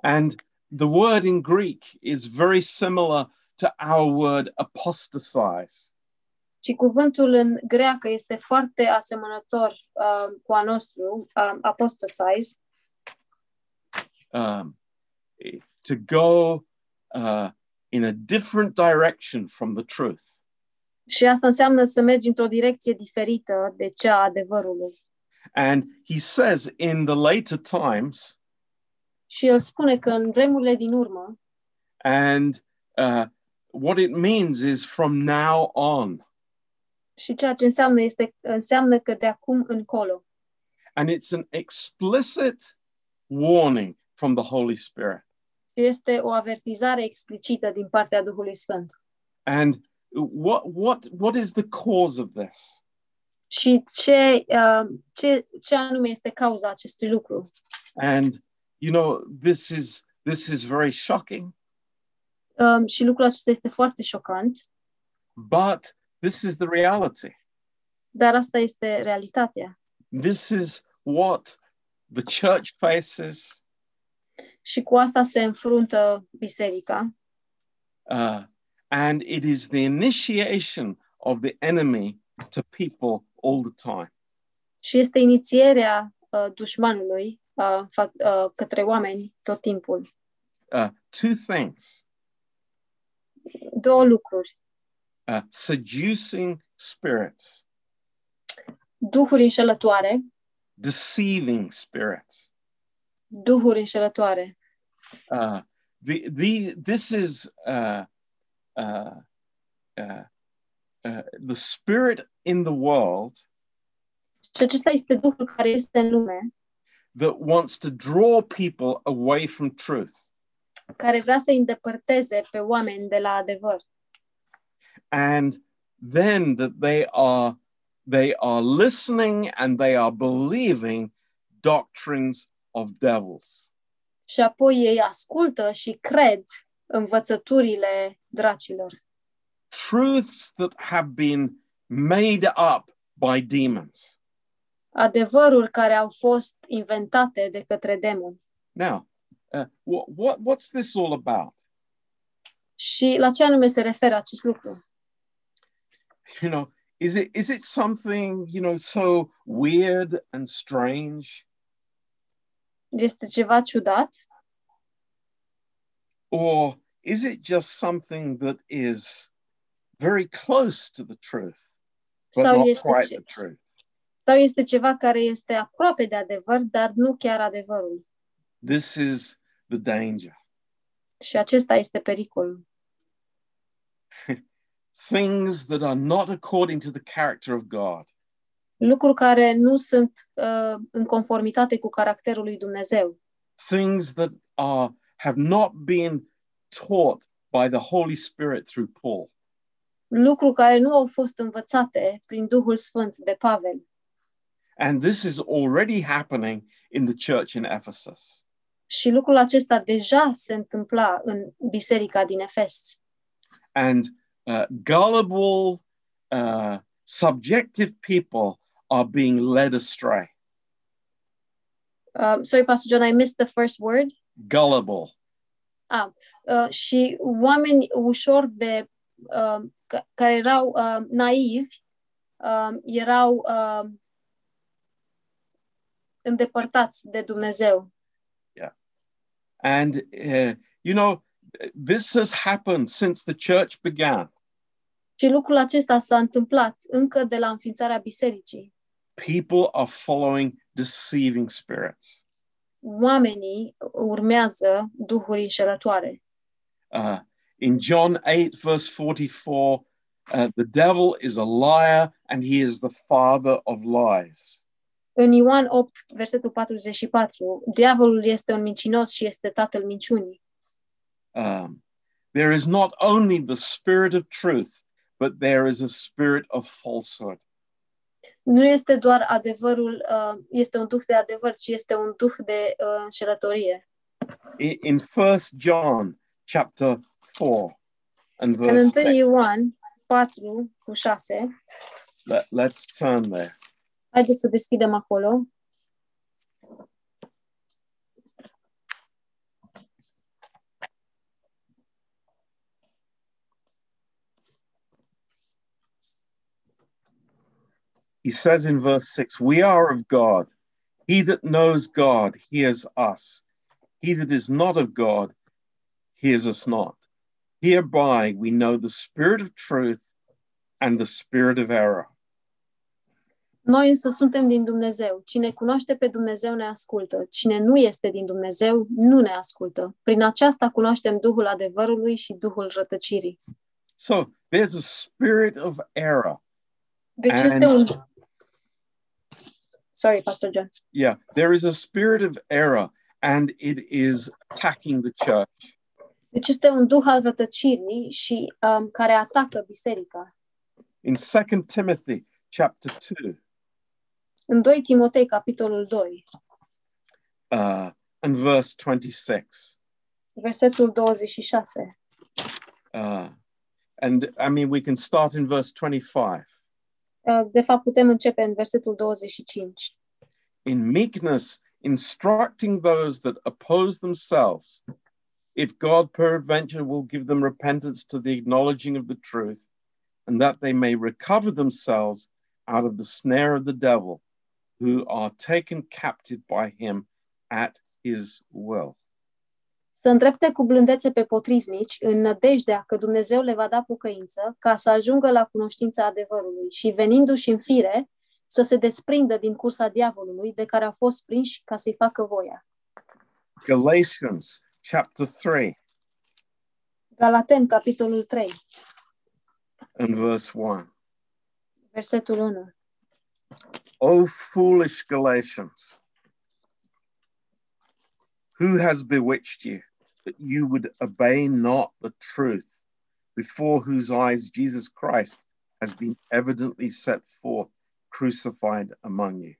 Speaker 1: And the word in Greek is very similar to our word apostasize.
Speaker 2: Și cuvântul în greacă este foarte asemănător uh, cu a nostru, uh, apostasize,
Speaker 1: Um, to go uh, in a different direction from the truth.
Speaker 2: și asta înseamnă să mergi într-o direcție diferită de cea a adevărului.
Speaker 1: And he says in the later times,
Speaker 2: Și el spune că în vremurile din urmă,
Speaker 1: and uh, what it means is from now on.
Speaker 2: și ceea ce înseamnă este înseamnă că de acum încolo.
Speaker 1: And it's an explicit warning from the Holy Spirit.
Speaker 2: Este o avertizare explicită din partea Duhului Sfânt.
Speaker 1: And what, what, what is the cause of this?
Speaker 2: Și ce, uh, ce, ce anume este cauza acestui lucru?
Speaker 1: And you know, this is this is very shocking,
Speaker 2: Um, și lucrul acesta este foarte șocant,
Speaker 1: but this is the reality.
Speaker 2: dar asta este realitatea.
Speaker 1: This is what the church faces.
Speaker 2: Și cu asta se înfruntă biserica
Speaker 1: Uh, and it is the initiation of the enemy to people all the time.
Speaker 2: și este inițierea uh, dușmanului uh, fa- uh, către oameni tot timpul.
Speaker 1: Uh, two things
Speaker 2: Două lucruri.
Speaker 1: uh, seducing spirits,
Speaker 2: Duhuri înșelătoare,
Speaker 1: deceiving spirits.
Speaker 2: duhuri înșelătoare.
Speaker 1: Uh, the, the, this is uh, uh, uh, uh, the spirit in the world
Speaker 2: Și acesta este duhul care este în lume,
Speaker 1: that wants to draw people away from truth.
Speaker 2: care vrea să îi îndepărteze pe oameni de la adevăr.
Speaker 1: And then that they are they are listening and they are believing doctrines of devils.
Speaker 2: Și apoi ei ascultă și cred învățăturile dracilor.
Speaker 1: Truths that have been made up by demons.
Speaker 2: Adevăruri care au fost inventate de către demoni.
Speaker 1: Now, uh, what, what what's this all about?
Speaker 2: Și la ce anume se referă acest lucru?
Speaker 1: You know, is it is it something, you know, so weird and strange
Speaker 2: Este ceva ciudat
Speaker 1: Or is it just something that is very close to the truth, but
Speaker 2: sau
Speaker 1: not
Speaker 2: este,
Speaker 1: quite
Speaker 2: ce-
Speaker 1: the truth?
Speaker 2: sau este ceva care este aproape de adevăr, dar nu chiar adevărul?
Speaker 1: This is the danger.
Speaker 2: Și acesta este pericolul.
Speaker 1: Things that are not according to the character of God
Speaker 2: Lucruri care nu sunt uh, în conformitate cu caracterul lui Dumnezeu.
Speaker 1: things that are have not been taught by the Holy Spirit through Paul.
Speaker 2: Lucruri care nu au fost învățate prin Duhul Sfânt de Pavel.
Speaker 1: And this is already happening in the church in Ephesus.
Speaker 2: Și lucrul acesta deja se întâmpla în biserica din Efes.
Speaker 1: And uh, gullible, uh, subjective people are being led astray.
Speaker 2: Um, sorry, Pastor John, I missed the first word.
Speaker 1: Gullible.
Speaker 2: Uh, și oameni ușor de uh, ca- care erau uh, naivi, uh, erau uh, îndepărtați de Dumnezeu.
Speaker 1: And, uh, you know, this has happened since the church began.
Speaker 2: Și lucrul acesta s-a întâmplat încă de la înființarea bisericii.
Speaker 1: People are following deceiving spirits.
Speaker 2: Oamenii urmează duhuri înșelătoare.
Speaker 1: Uh, in John 8, verse 44, uh, the devil is a liar and he is the father of lies.
Speaker 2: În Ioan 8, versetul 44, diavolul este un mincinos și este tatăl minciunii.
Speaker 1: Um, there is not only the spirit of truth, but there is a spirit of falsehood.
Speaker 2: Nu este doar adevărul, uh, este un duh de adevăr, ci este un duh de uh, înșelătorie.
Speaker 1: I- In First John chapter 4 and
Speaker 2: În
Speaker 1: verse
Speaker 2: 1
Speaker 1: 6,
Speaker 2: Ioan 4 cu 6,
Speaker 1: let, let's turn there.
Speaker 2: haideți să deschidem acolo.
Speaker 1: He says in verse 6, We are of God. He that knows God hears us. He that is not of God hears us not. Hereby we know the spirit of truth and the spirit of error.
Speaker 2: Noi însă suntem din Dumnezeu. Cine cunoaște pe Dumnezeu ne ascultă. Cine nu este din Dumnezeu nu ne ascultă. Prin aceasta cunoaștem Duhul adevărului și Duhul rătăcirii.
Speaker 1: So there's a spirit of error.
Speaker 2: Deci
Speaker 1: And-
Speaker 2: este un... Sorry, Pastor John.
Speaker 1: Yeah, there is a spirit of error and it is attacking the church.
Speaker 2: Deci este un duh al rătăcirii și um, care atacă biserica.
Speaker 1: In 2 Timothy chapter 2
Speaker 2: În 2 Timotei, capitolul 2,
Speaker 1: uh, and verse 26.
Speaker 2: versetul 26.
Speaker 1: Uh, and I mean, we can start in verse 25.
Speaker 2: Uh, De fapt, putem începe în versetul 25.
Speaker 1: In meekness, instructing those that oppose themselves, if God peradventure will give them repentance to the acknowledging of the truth, and that they may recover themselves out of the snare of the devil, who are taken captive by him at his will.
Speaker 2: să îndrepte cu blândețe pe potrivnici, în nădejdea că Dumnezeu le va da pocăință, ca să ajungă la cunoștința adevărului și, venindu-și în fire, să se desprindă din cursa diavolului de care au fost prinși ca să-i facă voia.
Speaker 1: Galatians chapter 3
Speaker 2: Galaten, capitolul 3,
Speaker 1: and verse 1.
Speaker 2: versetul 1.
Speaker 1: O foolish Galatians, who has bewitched you that you would obey not the truth, before whose eyes Jesus Christ has been evidently set forth, crucified among you?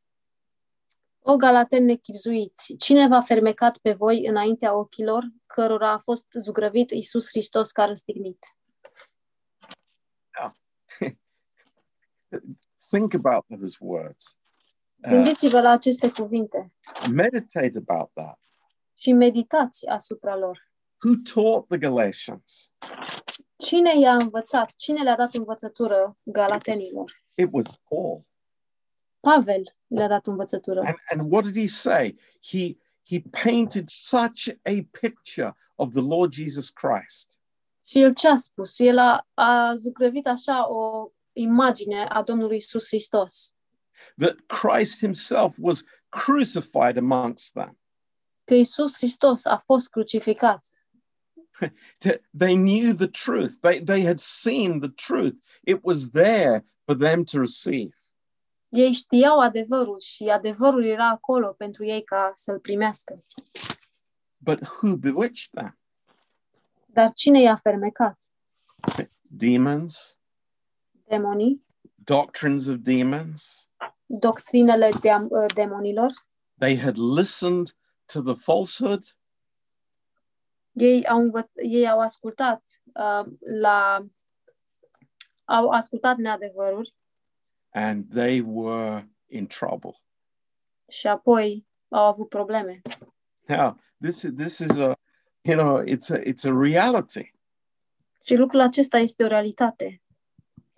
Speaker 2: O Galaten nechipzuiți, cine v-a fermecat pe voi înaintea ochilor, cărora a fost zugrăvit Iisus Hristos ca răstignit?
Speaker 1: Think about those words. Uh,
Speaker 2: Gândiți-vă la aceste cuvinte
Speaker 1: meditate about that.
Speaker 2: și meditați asupra lor.
Speaker 1: Who taught the Galatians?
Speaker 2: Cine i-a învățat? Cine le-a dat învățătură galatenilor?
Speaker 1: It was Paul.
Speaker 2: Pavel le-a dat învățătură.
Speaker 1: And, and what did he say? He, he painted such a picture of the Lord Jesus Christ.
Speaker 2: Și el ce a spus? El a, a zugrăvit așa o imagine a Domnului Isus Hristos,
Speaker 1: that Christ himself was crucified amongst them.
Speaker 2: că Isus Hristos a fost crucificat.
Speaker 1: Th- They knew the truth. They, they had seen the truth. It was there for them to receive.
Speaker 2: Ei știau adevărul și adevărul era acolo pentru ei ca să-l primească.
Speaker 1: But who bewitched them?
Speaker 2: Dar cine i-a fermecat?
Speaker 1: Demons,
Speaker 2: Demonii?
Speaker 1: doctrines of demons.
Speaker 2: Doctrinele de- demonilor?
Speaker 1: They had listened to the falsehood
Speaker 2: Ei au, învăț- ei au ascultat uh, la au ascultat neadevăruri
Speaker 1: and they were in trouble.
Speaker 2: și apoi au avut probleme.
Speaker 1: Now, this is this is a you know, it's a it's a reality.
Speaker 2: Și lucrul acesta este o realitate.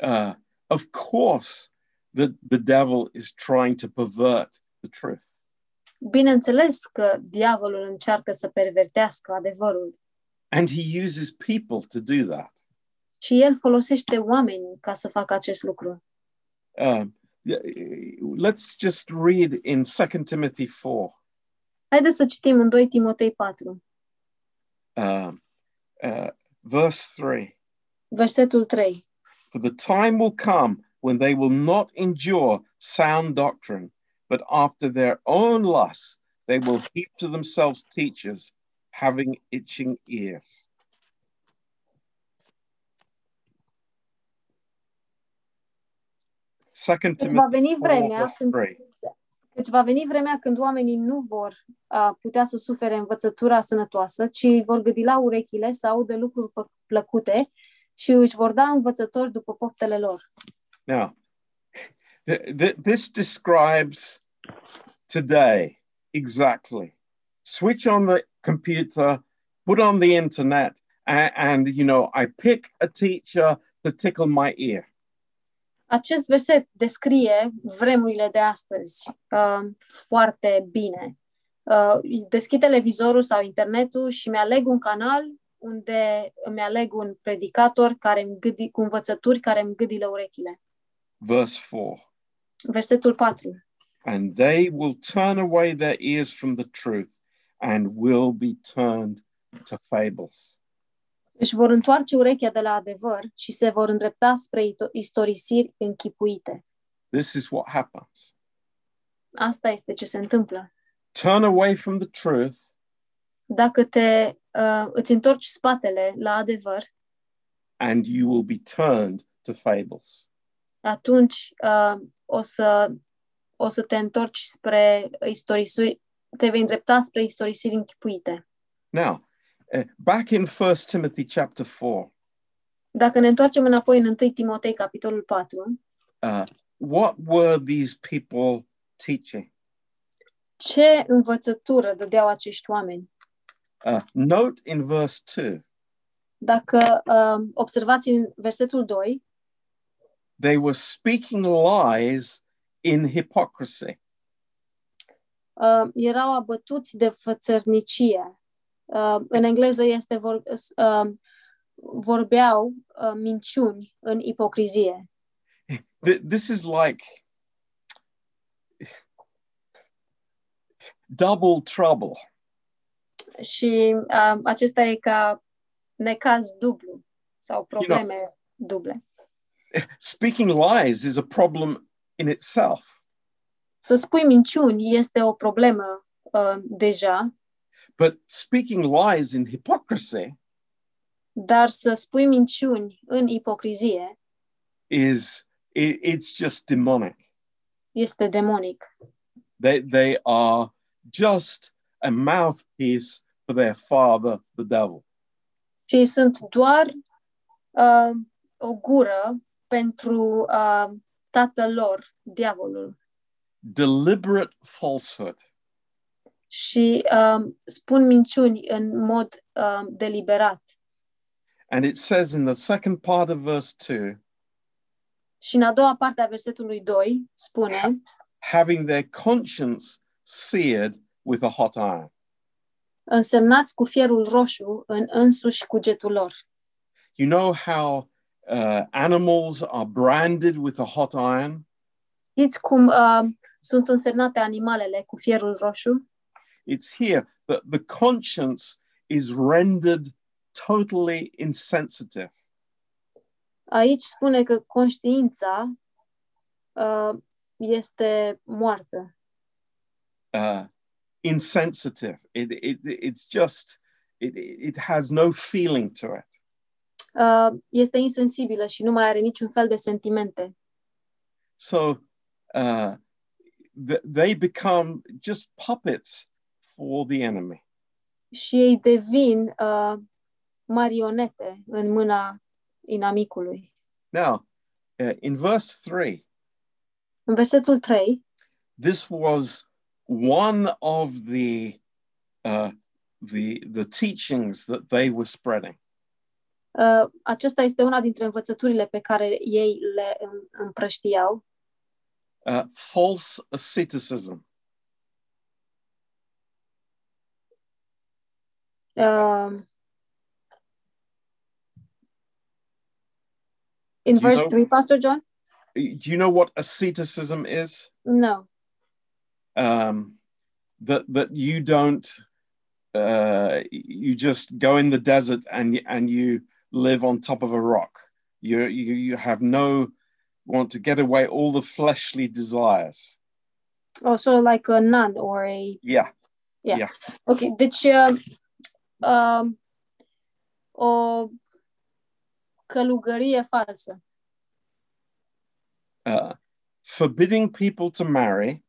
Speaker 1: Uh, of course, the the devil is trying to pervert the truth.
Speaker 2: Bineînțeles că diavolul încearcă să pervertească adevărul
Speaker 1: And he uses people to do that.
Speaker 2: și el folosește oameni ca să facă acest lucru.
Speaker 1: Um, y- y- let's just read in 2 Timothy 4.
Speaker 2: Haideți să citim în 2 Timotei 4,
Speaker 1: um, uh, verse 3
Speaker 2: versetul 3.
Speaker 1: For the time will come when they will not endure sound doctrine, but after their own lusts, they will heap to themselves teachers having itching ears. Second
Speaker 2: Deci va
Speaker 1: Timothy
Speaker 2: veni
Speaker 1: 4,
Speaker 2: vremea
Speaker 1: verse
Speaker 2: când
Speaker 1: 3.
Speaker 2: Deci va veni vremea când oamenii nu vor a, putea să sufere învățătura sănătoasă, ci vor gâdi la urechile să audă lucruri pă- plăcute și își vor da învățători după poftele lor.
Speaker 1: Now, th- th- this describes today exactly. Switch on the computer, put on the internet, and, and you know, I pick a teacher to tickle my ear.
Speaker 2: Acest verset descrie vremurile de astăzi uh, foarte bine. Uh, deschid televizorul sau internetul și mi-aleg un canal unde îmi aleg un predicator care îmi gâdi, cu învățături care îmi gâdile urechile.
Speaker 1: Verse 4
Speaker 2: Versetul 4.
Speaker 1: And they will turn away their ears from the truth and will be turned to fables.
Speaker 2: își vor întoarce urechea de la adevăr și se vor îndrepta spre ito- istorisiri închipuite.
Speaker 1: This is what happens.
Speaker 2: Asta este ce se întâmplă.
Speaker 1: Turn away from the truth
Speaker 2: Dacă te uh, îți întorci spatele la adevăr,
Speaker 1: and you will be turned to fables.
Speaker 2: atunci uh, o, să, o să te întorci spre istorisiri, te vei îndrepta spre istorisiri închipuite.
Speaker 1: Now, uh, back in First Timothy chapter 4,
Speaker 2: Dacă ne întoarcem înapoi în 1 Timotei, capitolul 4,
Speaker 1: uh, what were these people teaching?
Speaker 2: ce învățătură dădeau acești oameni?
Speaker 1: Uh, note in verse 2,
Speaker 2: Dacă uh, observați în versetul 2,
Speaker 1: they were speaking lies in hypocrisy.
Speaker 2: uh, erau abătuți de fățărnicie. Uh, în engleză este vor, uh, vorbeau uh, minciuni în ipocrizie.
Speaker 1: Th- this is like double trouble.
Speaker 2: Și uh, acesta e ca necaz dublu sau probleme duble.
Speaker 1: Speaking lies is a problem in itself,
Speaker 2: Să spui minciuni este o problemă uh, deja,
Speaker 1: but speaking lies in hypocrisy
Speaker 2: dar să spui minciuni în ipocrizie
Speaker 1: is i- it's just demonic.
Speaker 2: este demonic.
Speaker 1: They, they are just a mouthpiece for their father, the devil.
Speaker 2: Și sunt doar uh, o gură pentru uh, tatăl lor, diavolul.
Speaker 1: Deliberate falsehood.
Speaker 2: și um, spun minciuni în mod um, deliberat.
Speaker 1: And it says in the second part of verse 2
Speaker 2: Și în a doua parte a versetului 2 spune
Speaker 1: having their conscience seared with a hot iron.
Speaker 2: însemnați cu fierul roșu în însuși cugetul lor.
Speaker 1: You know how uh, animals are branded with a hot iron?
Speaker 2: Știți cum uh, sunt însemnate animalele cu fierul roșu?
Speaker 1: It's here that the conscience is rendered totally insensitive.
Speaker 2: Aici spune că conștiința uh, este moartă,
Speaker 1: uh, insensitive. It, it, it's just, it, it has no feeling to it.
Speaker 2: uh, este insensibilă și nu mai are niciun fel de sentimente.
Speaker 1: So uh, th- they become just puppets for the enemy.
Speaker 2: și ei devin uh, marionete în mâna inamicului.
Speaker 1: Now, uh, in verse 3,
Speaker 2: În versetul 3,
Speaker 1: this was one of the uh, the the teachings that they were spreading.
Speaker 2: uh, acesta este una dintre învățăturile pe care ei le îm- împrăștiau,
Speaker 1: Uh, false asceticism.
Speaker 2: Uh, in
Speaker 1: Do you
Speaker 2: verse
Speaker 1: know-
Speaker 2: 3, Pastor John?
Speaker 1: Do you know what asceticism is?
Speaker 2: No.
Speaker 1: Um, that that you don't uh, you just go in the desert and and you live on top of a rock. You you you have no want to get away all the fleshly desires.
Speaker 2: Oh, so like a nun or a...
Speaker 1: Yeah.
Speaker 2: Ok, deci uh, um, o călugărie falsă.
Speaker 1: Uh, forbidding people to marry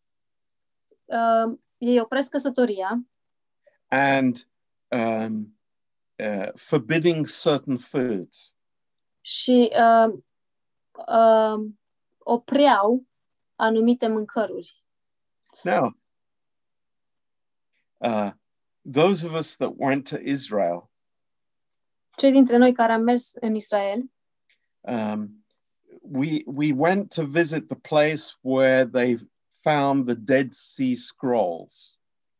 Speaker 2: Uh, ei opresc căsătoria,
Speaker 1: and um, uh, forbidding certain foods.
Speaker 2: și uh, uh, opreau anumite mâncăruri.
Speaker 1: Now, uh, those of us that went to Israel,
Speaker 2: Cei dintre noi care am mers în Israel,
Speaker 1: um, we we went to visit the place where they found the Dead Sea Scrolls,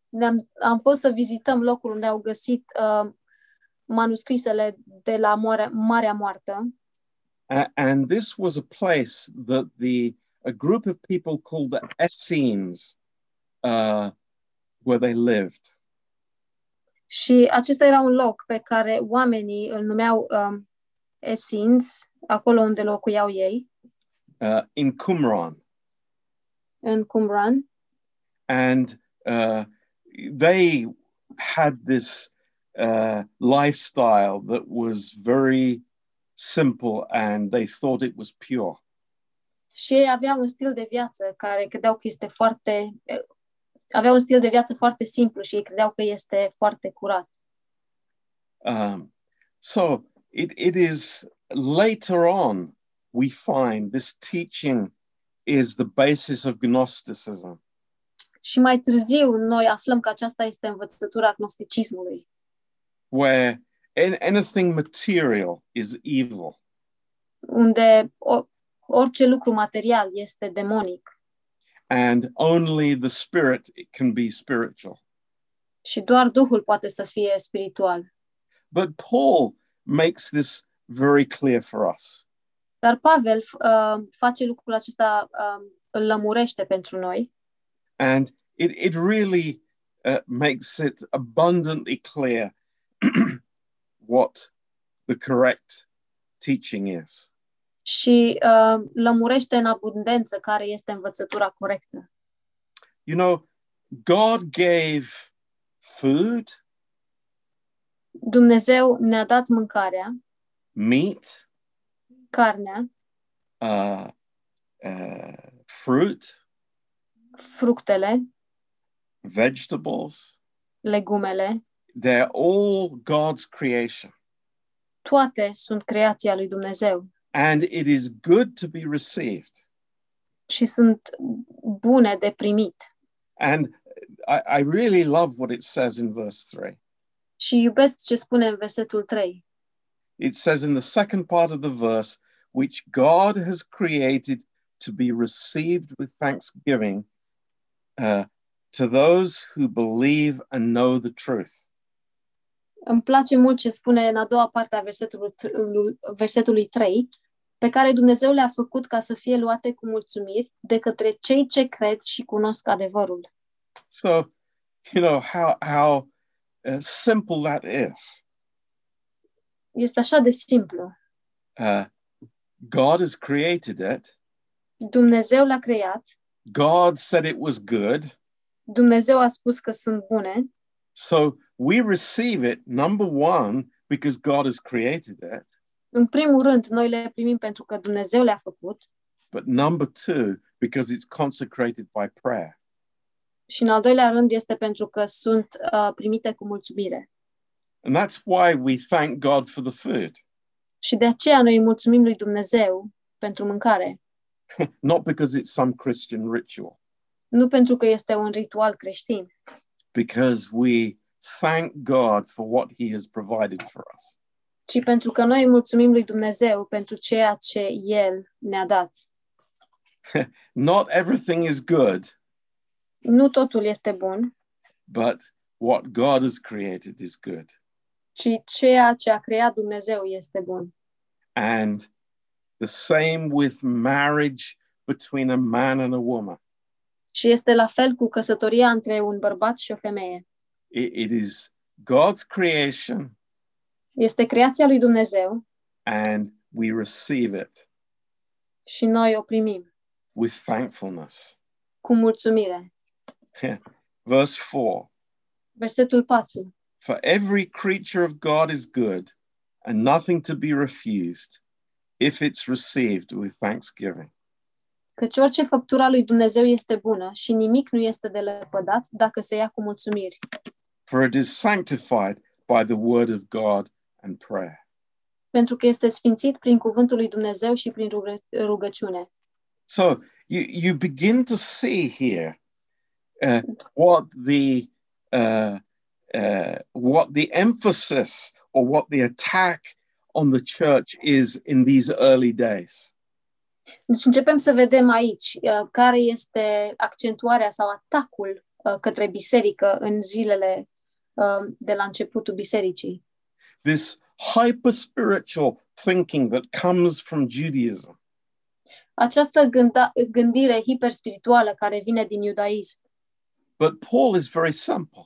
Speaker 2: ne-am, am fost să vizităm locul unde au găsit uh, manuscrisele de la Moare, Marea Moartă
Speaker 1: A- and this was a place that the a group of people called the Essenes, uh, where they lived.
Speaker 2: și acesta era un loc pe care oamenii îl numeau uh, Esins, acolo unde locuiau ei,
Speaker 1: uh, in Qumran,
Speaker 2: în Qumran.
Speaker 1: and uh, they had this uh, lifestyle that was very simple, and they thought it was pure.
Speaker 2: Și ei aveau un stil de viață care credeau că este foarte... eh, Aveau un stil de viață foarte simplu și ei credeau că este foarte curat.
Speaker 1: Um, so it, it is later on we find this teaching is the basis of Gnosticism.
Speaker 2: Și mai târziu noi aflăm că aceasta este învățătura agnosticismului,
Speaker 1: Where an- anything material is evil,
Speaker 2: unde o, orice lucru material este demonic
Speaker 1: and only the spirit can be spiritual.
Speaker 2: și doar Duhul poate să fie spiritual.
Speaker 1: But Paul makes this very clear for us.
Speaker 2: Dar Pavel uh, face lucrul acesta, uh, îl lămurește pentru noi
Speaker 1: And it, it really uh, makes it abundantly clear what the correct teaching is.
Speaker 2: și uh, lămurește în abundență care este învățătura corectă.
Speaker 1: You know, God gave food,
Speaker 2: Dumnezeu ne-a dat mâncarea,
Speaker 1: meat,
Speaker 2: carnea,
Speaker 1: uh, uh, fruit,
Speaker 2: fructele,
Speaker 1: vegetables.
Speaker 2: legumele,
Speaker 1: They're all God's creation.
Speaker 2: toate sunt creația lui Dumnezeu.
Speaker 1: And it is good to be received.
Speaker 2: și sunt bune de primit.
Speaker 1: And I, I really love what it says in verse 3.
Speaker 2: Și iubesc ce spune în versetul 3.
Speaker 1: It says in the second part of the verse, which God has created to be received with thanksgiving uh, to those who believe and know the truth.
Speaker 2: Îmi place mult ce spune în a doua parte a versetului, versetului 3, pe care Dumnezeu le-a făcut ca să fie luate cu mulțumiri de către cei ce cred și cunosc adevărul.
Speaker 1: So, you know, how, how uh, simple that is.
Speaker 2: Este așa de simplu.
Speaker 1: Uh, God has created it.
Speaker 2: Dumnezeu l-a creat,
Speaker 1: God said it was good.
Speaker 2: Dumnezeu a spus că sunt bune,
Speaker 1: So we receive it, number one, because God has created it.
Speaker 2: în primul rând noi le primim pentru că Dumnezeu le-a făcut
Speaker 1: but number two, because it's consecrated by prayer.
Speaker 2: și în al doilea rând este pentru că sunt uh, primite cu mulțumire.
Speaker 1: And that's why we thank God for the food,
Speaker 2: Și de aceea noi îi mulțumim lui Dumnezeu pentru mâncare.
Speaker 1: not because it's some Christian ritual,
Speaker 2: Nu pentru că este un ritual creștin,
Speaker 1: because we thank God for what He has provided for us.
Speaker 2: ci pentru că noi îi mulțumim lui Dumnezeu pentru ceea ce El ne-a dat.
Speaker 1: Not everything is good,
Speaker 2: Nu totul este bun,
Speaker 1: but what God has created is good.
Speaker 2: ci ceea ce a creat Dumnezeu este bun.
Speaker 1: And the same with marriage between a man and a woman.
Speaker 2: Și este la fel cu căsătoria între un bărbat și o femeie.
Speaker 1: It- it is God's creation
Speaker 2: Este creația lui Dumnezeu
Speaker 1: and we receive it
Speaker 2: și noi o primim
Speaker 1: with thankfulness.
Speaker 2: cu mulțumire.
Speaker 1: Verse 4
Speaker 2: Versetul 4.
Speaker 1: For every creature of God is good and nothing to be refused if it's received with thanksgiving.
Speaker 2: Căci orice făptură a lui Dumnezeu este bună și nimic nu este de lepădat dacă se ia cu mulțumiri,
Speaker 1: For it is sanctified by the word of God and prayer.
Speaker 2: pentru că este sfințit prin cuvântul lui Dumnezeu și prin rugă- rugăciune.
Speaker 1: So you, you begin to see here uh, what the uh, uh, what the emphasis or what the attack on the church is in these early days.
Speaker 2: Deci începem să vedem aici uh, care este accentuarea sau atacul uh, către biserică în zilele uh, de la începutul bisericii.
Speaker 1: This hyper spiritual thinking that comes from Judaism,
Speaker 2: Această gânda- gândire hiperspirituală care vine din iudaism.
Speaker 1: but Paul is very simple.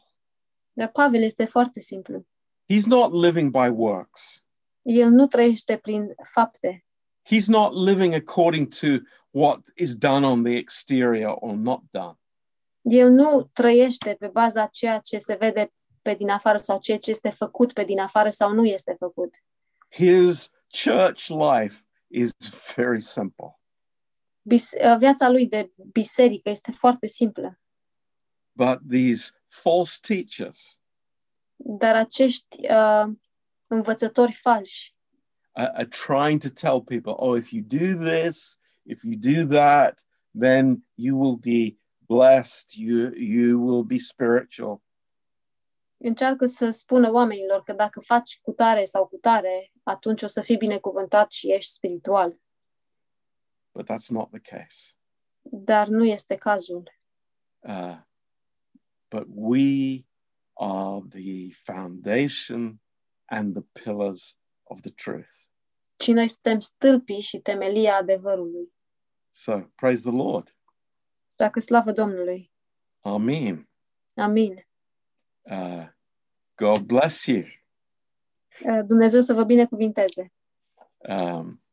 Speaker 2: Dar Pavel este foarte simplu.
Speaker 1: He's not living by works.
Speaker 2: El nu trăiește prin fapte.
Speaker 1: He's not living according to what is done on the exterior or not done.
Speaker 2: El nu trăiește pe baza ceea ce se vede pe din afară sau ceea ce este făcut pe din afară sau nu este făcut.
Speaker 1: his church life is very simple.
Speaker 2: Bis- uh, viața lui de biserică este foarte simplă,
Speaker 1: But these false teachers
Speaker 2: dar acești uh, învățători falși
Speaker 1: are, are trying to tell people, oh, if you do this, if you do that, then you will be blessed, you, you will be spiritual.
Speaker 2: încearcă să spună oamenilor că dacă faci cu tare sau cu tare, atunci o să fii binecuvântat și ești spiritual.
Speaker 1: But that's not the case.
Speaker 2: Dar nu este cazul.
Speaker 1: Uh, but we are the foundation and the pillars of the truth.
Speaker 2: Ci noi suntem stâlpii și temelia adevărului.
Speaker 1: So praise the Lord.
Speaker 2: Dacă slavă Domnului.
Speaker 1: Amen.
Speaker 2: Amin.
Speaker 1: Uh, God bless you.
Speaker 2: Uh, Dumnezeu să vă binecuvinteze.
Speaker 1: Um,